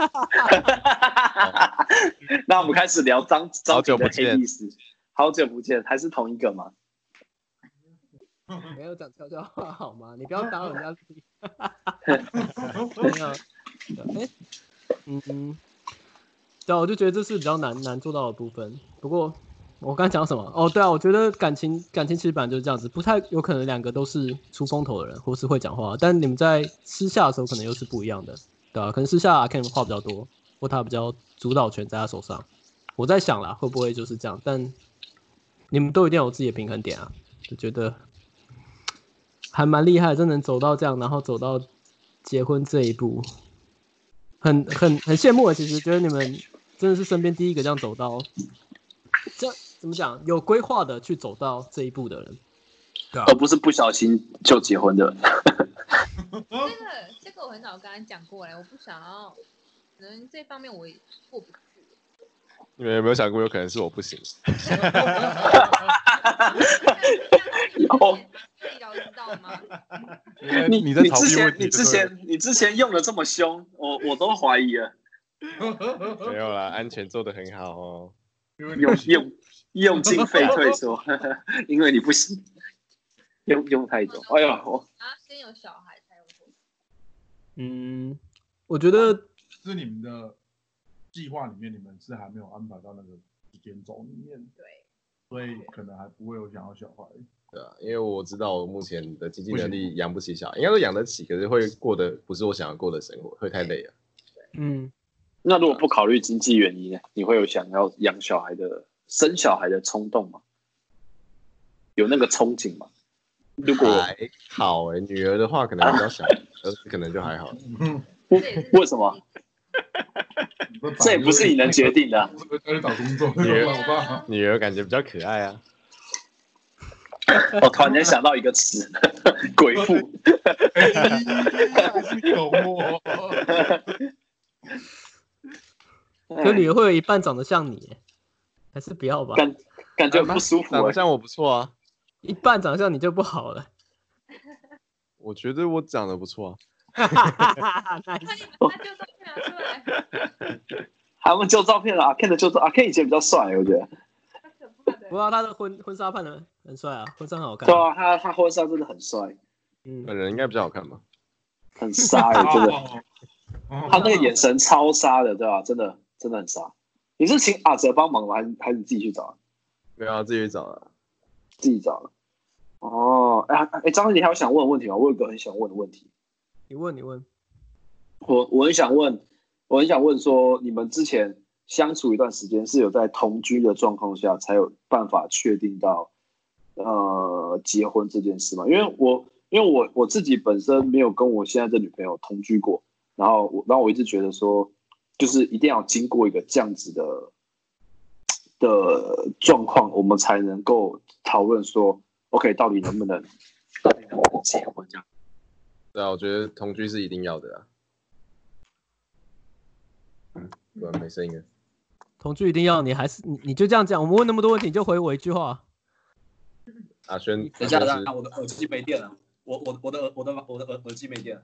[LAUGHS]
那我们开始聊张张
好久
庭的
不见
黑历史。好久不见，还是同一个吗？
没有讲悄悄话好吗？你不要打扰人家自己。没有，哎、嗯，对啊，我就觉得这是比较难难做到的部分。不过我刚才讲什么？哦，对啊，我觉得感情感情其实本来就是这样子，不太有可能两个都是出风头的人，或是会讲话，但你们在私下的时候可能又是不一样的，对啊，可能私下阿 Ken 话比较多，或他比较主导权在他手上。我在想啦，会不会就是这样？但你们都一定要有自己的平衡点啊，就觉得还蛮厉害，真能走到这样，然后走到结婚这一步，很很很羡慕啊。其实觉得你们真的是身边第一个这样走到，这样怎么讲？有规划的去走到这一步的人，
而不是不小心就结婚的。
这个这个我很早跟他讲过嘞，我不想要，可能这方面我也过不去。 [LAUGHS]
你们有没有想过，有可能是我不行？ [LAUGHS]
有
医疗知道吗？
因为
你
[LAUGHS] 你在逃
之
避
前
问题，
你之前你之前用的这么凶，我我都怀疑了，
没有啦，安全做的很好哦。
因为你
用用用尽废退说， [LAUGHS] 因为你不行，用用太多。哎呦，我
啊，先有小孩才有婚，
嗯，我觉得
是你们的计划里面，你们是还没有安排到那个时间轴里面，
对，
所以可能还不会有想要小孩。
对啊，因为我知道我目前的经济能力养不起小孩，应该说养得起，可是会过得不是我想要过的生活，会太累了。
嗯，
那如果不考虑经济原因呢？你会有想要养小孩的、生小孩的冲动吗？有那个憧憬吗？如果
啊
还好哎、女儿的话可能比较小， [LAUGHS] 儿子可能就还好。
不嗯为什么？这也不是你能决定的啊
这个要去找工作，
你
[LAUGHS] 对
啊
吧？我爸，
女儿感觉比较可爱啊，
我哦突然间想到一个词， [LAUGHS] 鬼父。
哎还是有哦。
嗯可
嗯
女儿会有一半长得像你耶，还是不要吧，
感感觉很不舒服
长得
欸。
像我不错啊，
一半长得像你就不好了。
我觉得我长得不错啊。
哈哈哈哈哈！
他就他就照片拿出来，
他们旧照片了，阿 Ken 的旧照，阿 Ken 以前比较帅，我觉得。
他可怕的
[LAUGHS] 不。过他的婚婚纱扮的很帅啊，婚纱很好看
对。啊，他他婚纱真的很帅，
嗯，
本人应该比较好看吧？
很杀
[LAUGHS]
欸，真的。他
哦
那个眼神超杀的，对吧、啊真的真的很杀。你是请阿哲帮忙吗？还是还是你自己去找？
没有啊，自己去找啊。
自己找。哦，哎、哎，张你还有想问的问题吗？我有个很想问的问题，
你问你问，
我我很想问，我很想问说，你们之前相处一段时间是有在同居的状况下才有办法确定到呃结婚这件事吗？因为我因为我我自己本身没有跟我现在这女朋友同居过，然后我然后我一直觉得说，就是一定要经过一个这样子的的状况，我们才能够讨论说，OK，到底能不能到底能不能结婚这样？
对啊，我觉得同居是一定要的啊。嗯，突然没声音了。
同居一定要你还是你你就这样讲，我们问那么多问题，你就回我一句话。
阿轩，
等一下，
阿
等
轩
一下，我的耳机没电了，我我我的耳我的我的耳耳机没电了，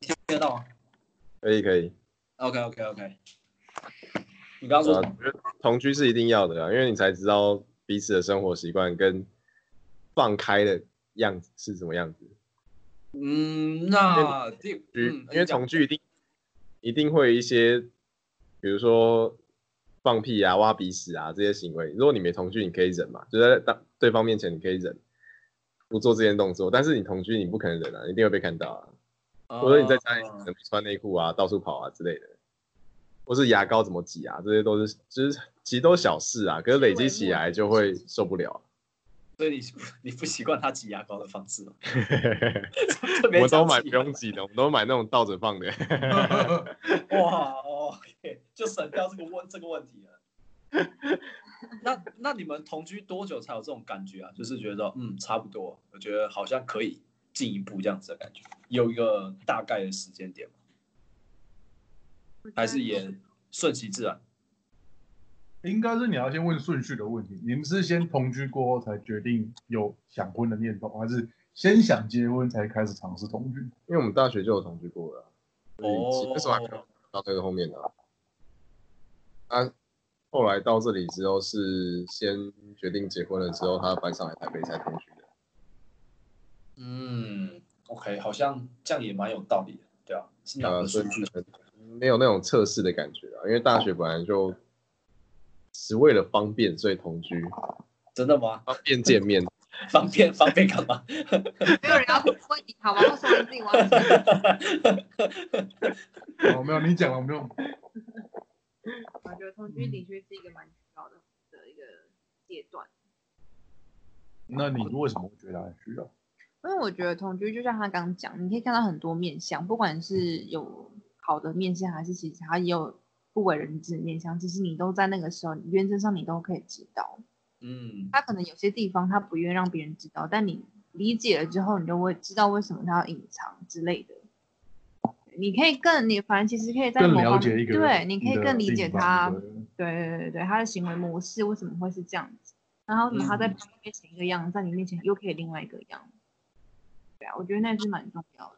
你听得到吗
可以可以。
？OK OK OK。你刚刚
对
说
啊，我觉得同居是一定要的啊，因为你才知道彼此的生活习惯跟放开的样子是什么样子。
嗯，那第
居
嗯，
因为同居一定一定会有一些，比如说放屁啊、挖鼻屎啊这些行为。如果你没同居，你可以忍嘛，就在当对方面前你可以忍，不做这些动作。但是你同居，你不可能忍啊，一定会被看到啊。或者你
哦
在家里可能不穿内裤啊、到处跑啊之类的，或是牙膏怎么挤啊，这些都是就是其实都是小事啊，可是累积起来就会受不了啊。
所以你你不习惯他挤牙膏的方式吗？ [LAUGHS]
我
特别
们都
讲
买
挤
不用挤的，我们都买那种倒着放的。 [LAUGHS]
哇，OK，就哦省掉这个问这个问题了。那那你们同居多久才有这种感觉啊？就是觉得嗯差不多，我觉得好像可以进一步这样子的感觉，有一个大概的时间点吗？还是也顺其自然？
应该是你要先问顺序的问题。你们是先同居过后才决定有想婚的念头，还是先想结婚才开始尝试同居？
因为我们大学就有同居过了啊，所以其
哦
实那时候还没有到最后面的啊。啊，后来到这里之后是先决定结婚了之后，他搬上来台北才同居的。
嗯，OK，好像这样也蛮有道理的，对啊，是哪
呃，
个
所以
顺序？
没有那种测试的感觉啊，因为大学本来就只为了方便，所以同居，
真的吗？
方便见面。
方便方便干嘛？
没有人要问你好吗？为什么你自己忘记？ [LAUGHS]
哦，没有，你讲了，我没有。
我觉得同居的确是一个蛮需要的的一个阶段，
那你为什么会觉得还需要？
因为我觉得同居就像他刚刚讲，你可以看到很多面相，不管是有好的面相，还是其实他也有不为人知的面相，其实你都在那个时候，你原则上你都可以知道。
嗯，
他可能有些地方他不愿意让别人知道，但你理解了之后，你就会知道为什么他要隐藏之类的。你可以更，你反正其实可以在
更
某
了
方
解一
面，
个
对，你可以
的
更理解
另一半
他，
对不对
对对对对，他的行为模式为什么会是这样子？然后为什么他在
嗯
别人面前一个样，在你面前又可以另外一个样？对啊，我觉得那是蛮重要的。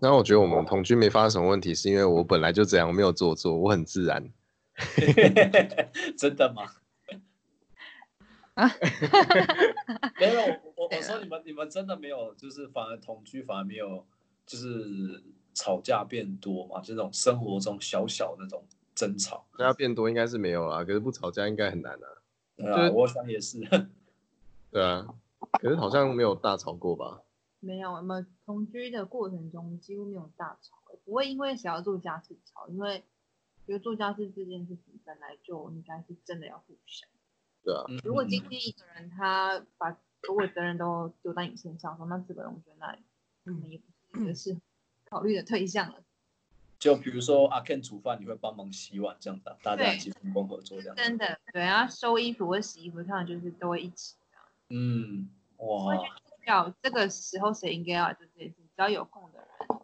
然后我觉得我们同居没发生什么问题，是因为我本来就这样，我没有做作，我很自然。
真的吗？
[LAUGHS] 啊
没有，我我我
对啊啦
说你们你们真的没有，就是反而同居反而没有，就是
吵架变多嘛？就那种生活中小小那种争吵。
大家变多应该是没有啊，可是不吵架应该很难啊。
对
就
啊，
是
我想也是。
对啊，可是好像没有大吵过吧？
没有，我们同居的过程中几乎没有大吵，不会因为想要做家事吵，因为觉得做家事这件事情本来就应该是真的要互相。
对啊，
嗯
如果今天一个人他把所有责任都丢在你身上的时候，那这个人我觉得那可能也不是一个适合考虑的对象了。
就比如说阿 Ken 煮饭，你会帮忙洗碗这样子啊，大家
对
一起分工合作这样。
真的，对啊，收衣服或洗衣服，他们就是都会一起这样。
嗯，
会
哇
去，计较这个时候谁应该要来做这件事，只要有空的人，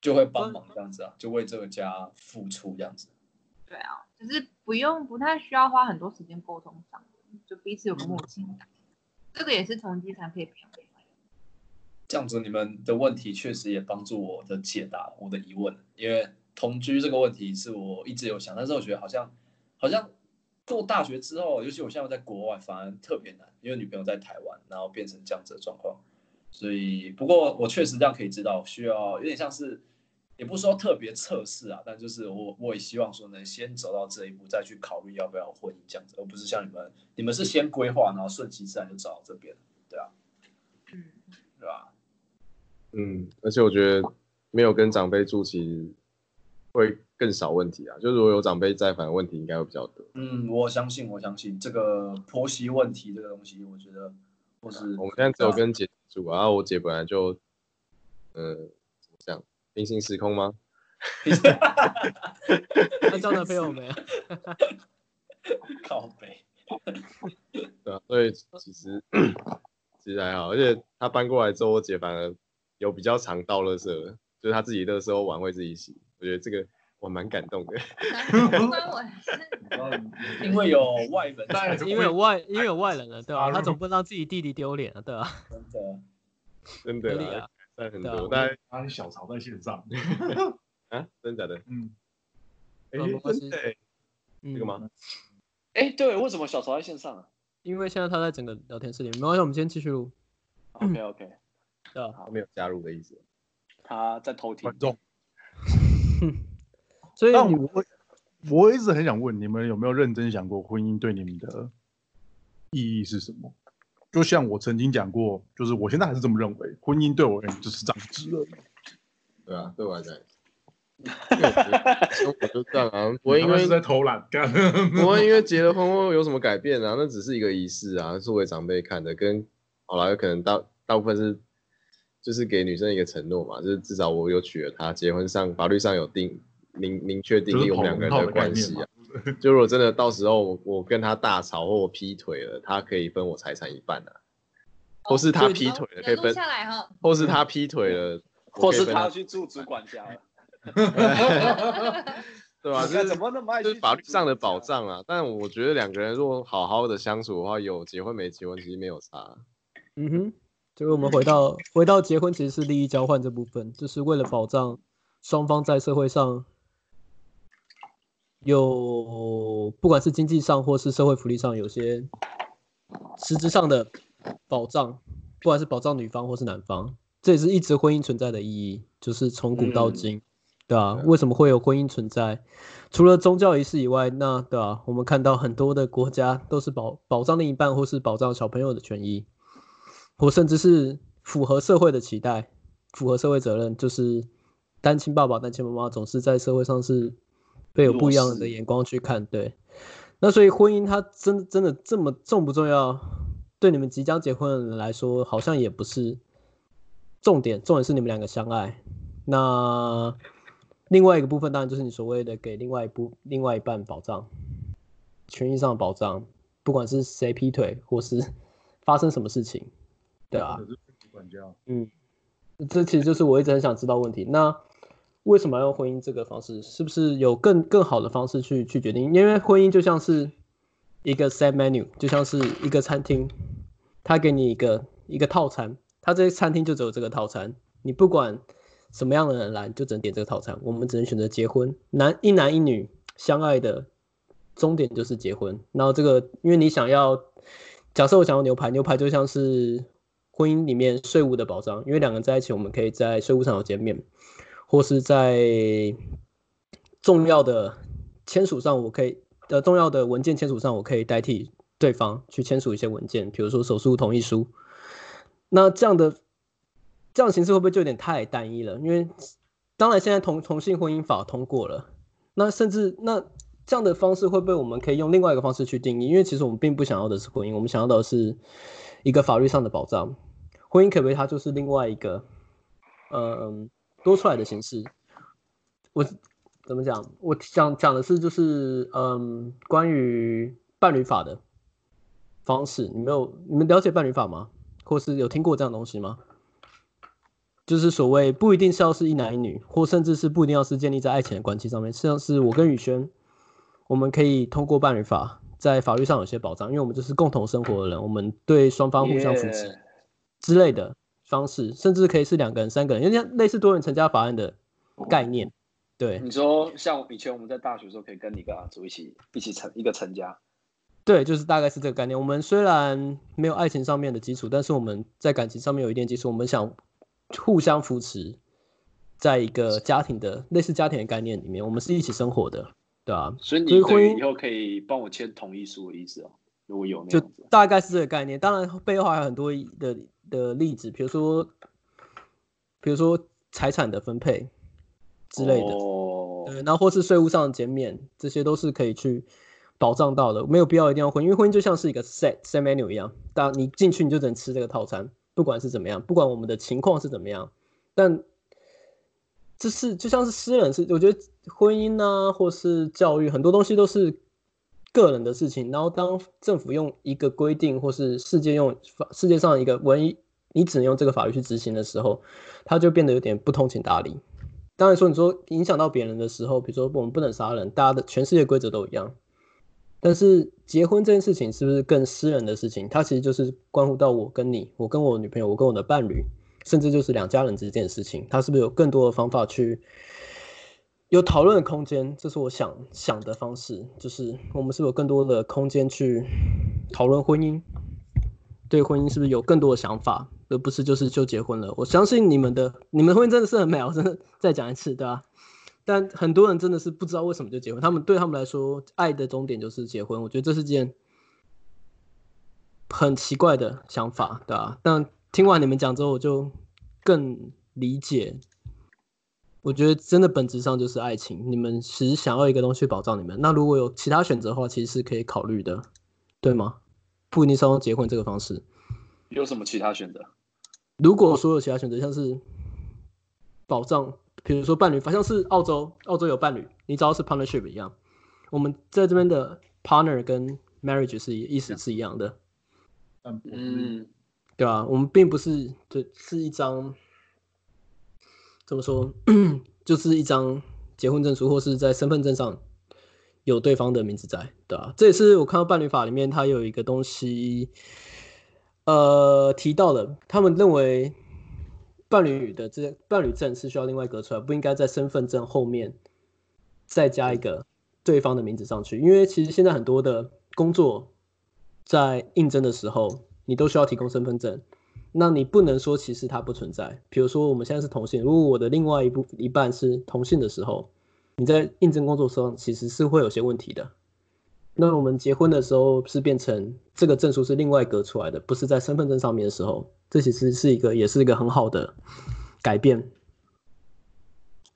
就会帮忙这样子啊，就为这个家付出这样子。
对啊，就是不用不太需要花很多时间沟通上，就彼此有个默契感。这个也是同居才可以培养出来的。
这样子，你们的问题确实也帮助我的解答我的疑问，因为同居这个问题是我一直有想，但是我觉得好像好像过大学之后，尤其我现在在国外，反而特别难，因为女朋友在台湾，然后变成这样子的状况。所以，不过我确实这样可以知道，需要有点像是，也不是说特别测试啊，但就是我我也希望说能先走到这一步，再去考虑要不要婚姻这样子，而不是像你们，你们是先规划，然后顺其自然就走到这边，啊
嗯，
对吧？
嗯，而且我觉得没有跟长辈住，其实会更少问题啊。就如果有长辈在，反而问题应该会比较多。
嗯，我相信，我相信这个婆媳问题这个东西，我觉得或是
我们现在只有跟姐住啊，然后我姐本来就，嗯、怎么讲，平行时空吗？
那交男朋友没？
靠背，
对啊，所以其实 [COUGHS] 其实还好，而且她搬过来之后，我姐反而有比较常倒垃圾了，就是她自己的时候碗会自己洗，我觉得这个我蛮感动的。
[LAUGHS]
关我
[LAUGHS]
是
因为有外人
但
才
因为有外因为有外人了，对吧、
哎
啊
他总不能让自己弟弟丢脸啊，对吧、
真的
真
合
的
理
啦
啊，，
算很
对啊
多，
我
但
他是小曹在线上，
啊，真的假的？
嗯，
哎、
没关系
真的欸
嗯，
这个吗？？
哎，对，为什么小曹在线上啊
因为现在他在整个聊天室里面，没关系，我们先继续录，嗯
？OK OK，
对吧、
他没有加入的意思。
他在偷听
观。众。
所以
但
你
我我一直很想问，你们有没有认真想过婚姻对你们的意义是什么？就像我曾经讲过，就是我现在还是这么认为，婚姻对我而言就是张纸而已。
对啊，对我来讲
[LAUGHS]
也是，因为我觉得生活就这样啊，不会因
他妈
为
是在偷懒干，
[LAUGHS]
[LAUGHS]
不会因为结了婚后有什么改变啊，那只是一个仪式啊，作为长辈看的，跟好啦，有可能大大部分是就是给女生一个承诺嘛，就是至少我有娶了她，结婚上法律上有定明明确定
就是
义我
跑
们两个
龙
人
套的概
关
念
系
嘛
啊。。就如果真的到时候我我跟她大吵或我劈腿了，她可以分我财产一半啊，或是
哦
她劈腿了可以
录
分，
下来哈。
或是她劈腿了，
或
我可以
是
分
他要去住主管家了，
对吧、啊？就
看
是
怎么那么爱去
就
住
是法律上的
主管
保
家。
障啊。但我觉得两个人如果好好的相处的话，有结婚没结婚其实没有差。
嗯哼，就是我们回到回到结婚其实是利益交换这部分，就是为了保障双方在社会上有不管是经济上或是社会福利上有些实质上的保障，不管是保障女方或是男方，这也是一直婚姻存在的意义，就是从古到
嗯
今。对啊
对，
为什么会有婚姻存在？除了宗教仪式以外，那对啊，我们看到很多的国家都是保保障另一半，或是保障小朋友的权益，或甚至是符合社会的期待，符合社会责任，就是单亲爸爸、单亲妈妈总是在社会上是被有不一样
弱
的
势
眼光去看。对，那所以婚姻它真的真的这么重不重要？对你们即将结婚的人来说，好像也不是重点，重点是你们两个相爱。那另外一个部分当然就是你所谓的给另外一部另外一半保障，权益上的保障，不管是谁劈腿或是 [LAUGHS] 发生什么事情，对啊，
主管家，
嗯，这其实就是我一直很想知道问题。那为什么要用婚姻这个方式？是不是有更更好的方式去去决定？因为婚姻就像是一个 set menu，就像是一个餐厅，它给你一个一个套餐，它这些餐厅就只有这个套餐，你不管什么样的人来，你就只能点这个套餐。我们只能选择结婚，男一男一女相爱的终点就是结婚。然后这个，因为你想要，假设我想要牛排，牛排就像是婚姻里面税务的保障，因为两个人在一起，我们可以在税务上有减免，或是在重要的签署上，我可以呃重要的文件签署上，我可以代替对方去签署一些文件，比如说手术同意书。那这样的这样的形式会不会就有点太单一了？因为当然现在同同性婚姻法通过了，那甚至那这样的方式会不会我们可以用另外一个方式去定义？因为其实我们并不想要的是婚姻，我们想要的是一个法律上的保障。婚姻可不可以它就是另外一个，嗯，多出来的形式？我怎么讲？我想讲的是就是嗯，关于伴侣法的方式，你没有你们了解伴侣法吗？或是有听过这样东西吗？就是所谓不一定是要是一男一女，或甚至是不一定要是建立在爱情的关系上面，像是我跟宇轩，我们可以通过伴侣法在法律上有些保障，因为我们就是共同生活的人，我们对双方互相扶持
Yeah
之类的方式，甚至可以是两个人、三个人，有点类似多人成家法案的概念。对
你说像以前我们在大学的时候，可以跟你跟阿祖一起一起成一个成家，
对，就是大概是这个概念。我们虽然没有爱情上面的基础，但是我们在感情上面有一定基础，我们想互相扶持，在一个家庭的类似家庭的概念里面，我们是一起生活的，对啊吧、
所以你
所以婚
等于
姻
以后可以帮我签同意书的意思哦，如果有那
就
样子。
大概是这个概念。当然背后还有很多的的例子，比如说，比如说财产的分配之类的，
哦，
对，然后或是税务上的减免，这些都是可以去保障到的，没有必要一定要婚姻，因为婚姻就像是一个 set set menu 一样，当你进去你就只能吃这个套餐，不管是怎么样，不管我们的情况是怎么样，但这是就像是私人是，我觉得婚姻呢、或是教育很多东西都是个人的事情，然后当政府用一个规定或是世界用法世界上一个唯一你只能用这个法律去执行的时候，它就变得有点不通情达理。当然说，你说影响到别人的时候，比如说我们不能杀人，大家的全世界规则都一样。但是结婚这件事情是不是更私人的事情？它其实就是关乎到我跟你，我跟我女朋友，我跟我的伴侣，甚至就是两家人之间的事情。它是不是有更多的方法去有讨论的空间？这是我想想的方式，就是我们是不是有更多的空间去讨论婚姻？对婚姻是不是有更多的想法，而不是就是就结婚了？我相信你们的，你们的婚姻真的是很美啊好，我真的再讲一次，对吧、但很多人真的是不知道为什么就结婚，他们对他们来说，爱的终点就是结婚，我觉得这是件很奇怪的想法，对吧、但听完你们讲之后，我就更理解，我觉得真的本质上就是爱情，你们其实想要一个东西去保障你们，那如果有其他选择的话，其实是可以考虑的，对吗？不一定是要用结婚这个方式。
有什么其他选择？
如果说有其他选择，像是保障，比如说伴侣法，像是澳洲，澳洲有伴侣，你只要是 partnership 一样，我们在这边的 partner 跟 marriage 是一意思是一样的，
但不是
嗯，
对吧、我们并不是对，是一张怎么说， [COUGHS] 就是一张结婚证书，或是在身份证上有对方的名字在，对吧、啊这也是我看到伴侣法里面它有一个东西，呃，提到了他们认为伴侣的这伴侣证是需要另外隔出来，不应该在身份证后面再加一个对方的名字上去，因为其实现在很多的工作在应征的时候，你都需要提供身份证。那你不能说其实它不存在。比如说我们现在是同性，如果我的另外一部一半是同性的时候，你在应征工作上其实是会有些问题的。那我们结婚的时候是变成这个证书是另外隔出来的，不是在身份证上面的时候，这其实是一个也是一个很好的改变。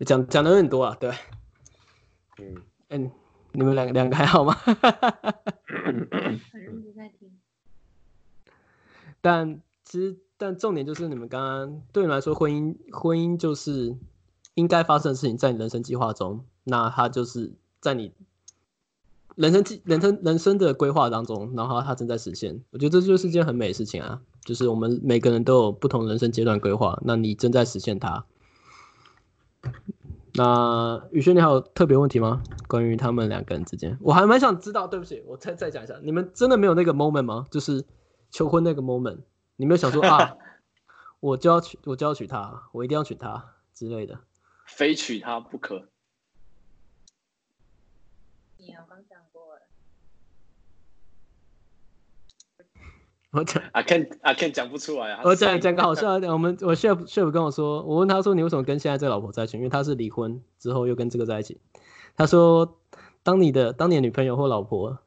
讲讲的有点多啊，对， [LAUGHS]
嗯，
嗯，你们两个两个还好吗？
很认真在听。
嗯
但其实，但重点就是你们刚刚对你们来说，婚姻婚姻就是应该发生的事情，在你人生计划中，那它就是在你人生计人生人生的规划当中，然后它正在实现。我觉得这就是件很美的事情啊，就是我们每个人都有不同人生阶段规划，那你正在实现它。那宇轩，你还有特别问题吗？关于他们两个人之间，我还蛮想知道。对不起，我再再讲一下，你们真的没有那个 moment 吗？就是求婚那个 moment，你没有想说啊，我就要娶，我就要娶她，我一定要娶她之类的。
非娶她不可。
你好，刚讲过了。
我讲
阿 Ken 阿 Ken 讲不出来啊。
我讲讲个好笑一点，我们我 chef chef 跟我说，我问他说你为什么跟现在这个老婆在一起？因为他是离婚之后又跟这个在一起。他说，当你的当你的女朋友或老婆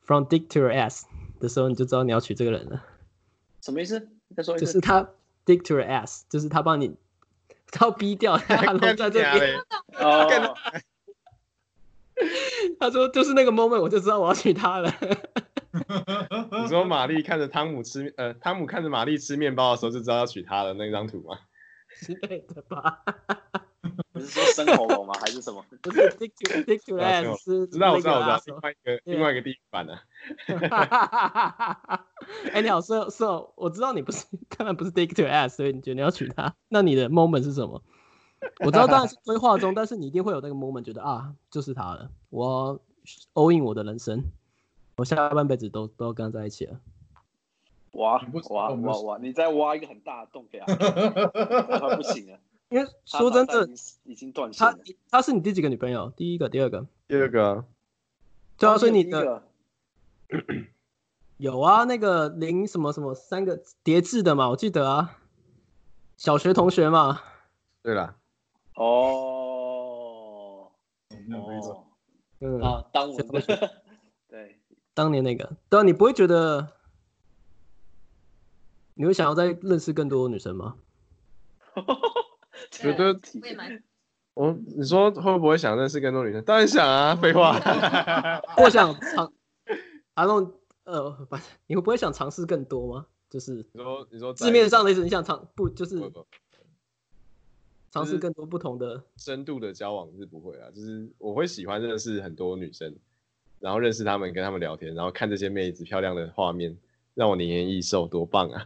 from dick to your ass 的时候，你就知道你要娶这个人了。
什么意思？再说一
就
次。
是他 dick to your ass，就是他帮你，他要逼掉，
[LAUGHS]
他还在这
干你娘
边。
嘞
哦，
欸
他说就是那个 moment，我就知道我要娶她了。
你说玛丽看着汤姆吃呃，汤姆看着玛丽吃面包的时候就知道要娶她的那张图吗？
之类的吧？
你是说生喉咙吗？还是什么？
不是 dick to dick to your
啊对
ass 是
知道我
那
知
个
道我知
啦
道，
什 [LAUGHS]
另
么对啊
外一个另外一个地狱版的、
哈哈哈哈哈！哎，你好，色色，我知道你不是，当然不是 dick to your ass，所以你觉得你要娶她，那你的 moment 是什么？我知道当然是规划中，但是你一定会有那个 moment，觉得啊，就是她了，我要 all in 我的人生，我下半辈子都都要跟她在一起了。
挖
你不知道
挖
我们
挖
是
挖！你再挖一个很大的洞
[LAUGHS]
给阿 Ken，他快不行了。
因为
他
说真
脑袋
的
已，经已经断线
她
了。
她是你第几个女朋友？第一个，第二个？啊
第二个
对啊，所以
哦第
你
一
的
个
有啊，那个零什么什么三个叠字的嘛，我记得啊，小学同学嘛，
对了，
哦哦
嗯
啊，当我
小同
的 [LAUGHS] 对，
当年那个，对啊，你不会觉得你会想要再认识更多女生吗？
觉得
我
[LAUGHS]
也蛮
我你说会不会想认识更多女生？当然想啊，废
[LAUGHS]
话。
我想尝，阿龙，呃，不是，你会不会想尝试更多吗？就是
你说你说在
字面上的意思，你想尝不就是
不不
尝
就
试
是
更多不同的？
深度的交往是不会啊，就是我会喜欢认识很多女生，然后认识她们，跟她们聊天，然后看这些妹子漂亮的画面，让我年年益寿，多棒啊！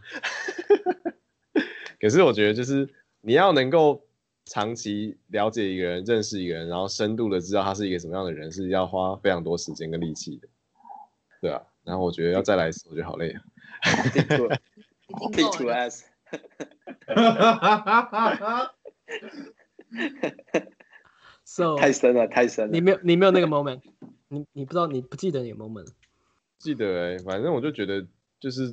[LAUGHS] 可是我觉得就是你要能够长期了解一个人，认识一个人，然后深度的知道他是一个什么样的人，是要花非常多时间跟力气的，对啊。然后我觉得要再来一次，我觉得好累啊。
Dick to
已经
Dick
够
to
了。
ass，
So
太深了，太深
你
了。
没有你没有那个 moment，你你不知道你不记得你有 moment，
记得哎、反正我就觉得就是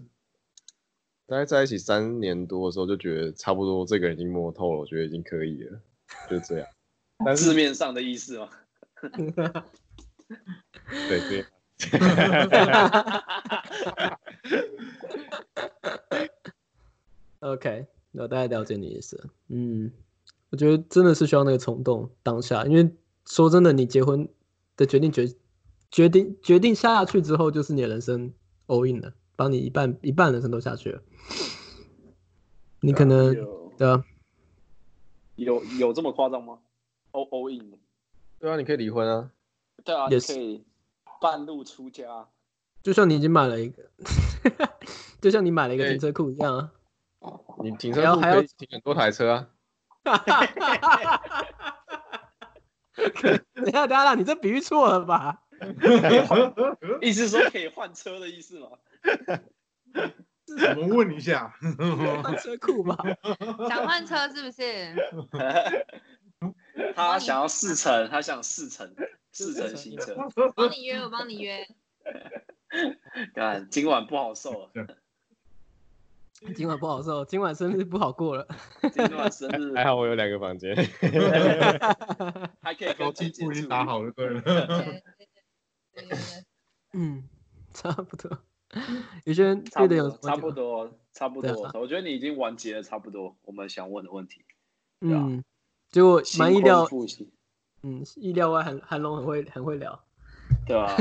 大概在一起三年多的时候，就觉得差不多这个人已经摸透了，我觉得已经可以了，就这样。但
字
是
面上的意思嘛，
对对，
[LAUGHS] OK，那我大概了解你的意思了。嗯，我觉得真的是需要那个冲动当下，因为说真的，你结婚的决定决决定决定下去之后，就是你的人生 all in 了，帮你一半一半人生都下去了。你可能
有
对啊，
有有这么夸张吗？O O in，
对啊，你可以离婚啊，
对啊，你
Yes
可以半路出家，
就像你已经买了一个， [LAUGHS] 就像你买了一个
对
停车库一样啊。 [LAUGHS]
你停车
还要
库
还要
可以停很多台车啊。
等一下等一下，你这比喻错了吧？
意思说可以换车的意思吗？
[LAUGHS] 我们问一下，
车库吧？
想换车是不是？
[LAUGHS] 他想要四乘，他想四乘，四乘新车。
帮你约，我帮你约。
看今晚不好受了，
[LAUGHS] 今晚不好受，今晚生日不好过了。 [LAUGHS]
今晚生日
[LAUGHS] 还好我有两个房 [LAUGHS] 间，
还可以
高
跟姐
技
姐
术已经
住
打好了，对了。
对对对
嗯，差不多。有些人
差
对
不
的有
多，差
多，
不多，差不
对啊
多。我觉得你已经完结了，差不多。我们想问的问题，对啊
嗯，结果蛮意
新
料
婚，夫妻，
嗯，意料外，韩韩龙很会很会聊。
对吧、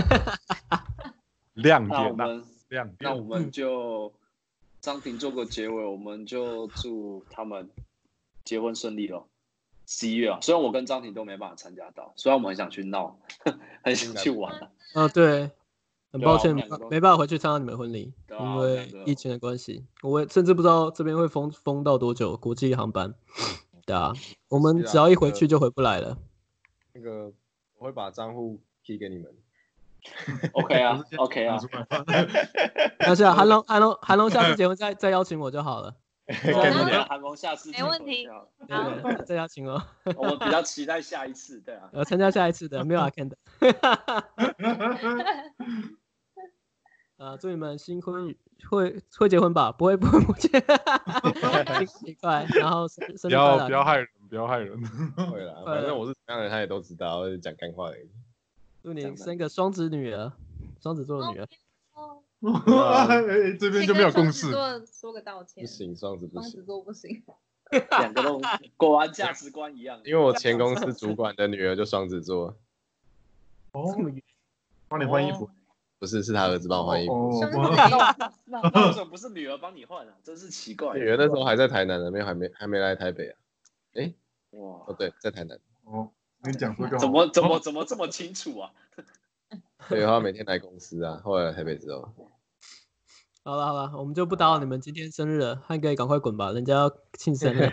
亮
那我
点呐，
们，
亮
那
点
我们就张婷做个结尾，我们就祝他们结婚顺利咯。十一月啊，虽然我跟张婷都没办法参加到，虽然我们很想去闹， [LAUGHS] 很想去玩啊，
哦，对，很
对啊
抱歉
我们两个，都
没办法回去参加你们婚礼，
对啊
因
我们两
为
个
疫情的关系，我也甚至不知道这边会封封到多久，国际航班。对啊，我们
是啊
只要一回
这个
去就回不来了。
那个我会把账户批给你们。
OK 啊，OK 啊
拿，出来
但是啊韩龙，韩龙，韩龙，下次结婚再再邀请我就好了。
我
干
们
你
等啊韩龙下次
没问题
再聊
对对对，再邀请我，
我们比较期待下一次，对
[LAUGHS]
啊，
我啊
[LAUGHS]
参加下一次的，没有阿 Ken 的。啊，祝你们新婚会会结婚吧，不会不会
[LAUGHS]
不结，新年快，然后生生
不
日快
要
乐
不要害人，不要
[LAUGHS]
害人。
会
嗯
啦，反正我是怎么样的人，他也都知道，我就讲干话而已。
祝你
讲吧
生个双子女儿，双子座的女儿，
哦，
[LAUGHS] 哎 [LAUGHS] 这边就没有共识
先跟。双子座哦说个道歉
不，行，双子不
双子
行，
座不行，
两个都果然价值观一样。
因为我前公司主管的女儿就双子座，
哦
这么远
帮你换衣服。
不是是他儿子帮我换衣服。
哦
双子
我
座没有
那为什么不是女儿帮你换啊？真是奇怪。
女儿那时候还在台南呢，没有还没还没来台北啊。哦，
哇，
对，在台南，
哦，跟你讲说就好。
怎么怎么怎么这么清楚啊？
对，她每天来公司啊。后来来台北之后，
好了好了，我们就不打扰你们今天生日了，汉哥也赶快滚吧，人家要庆生了。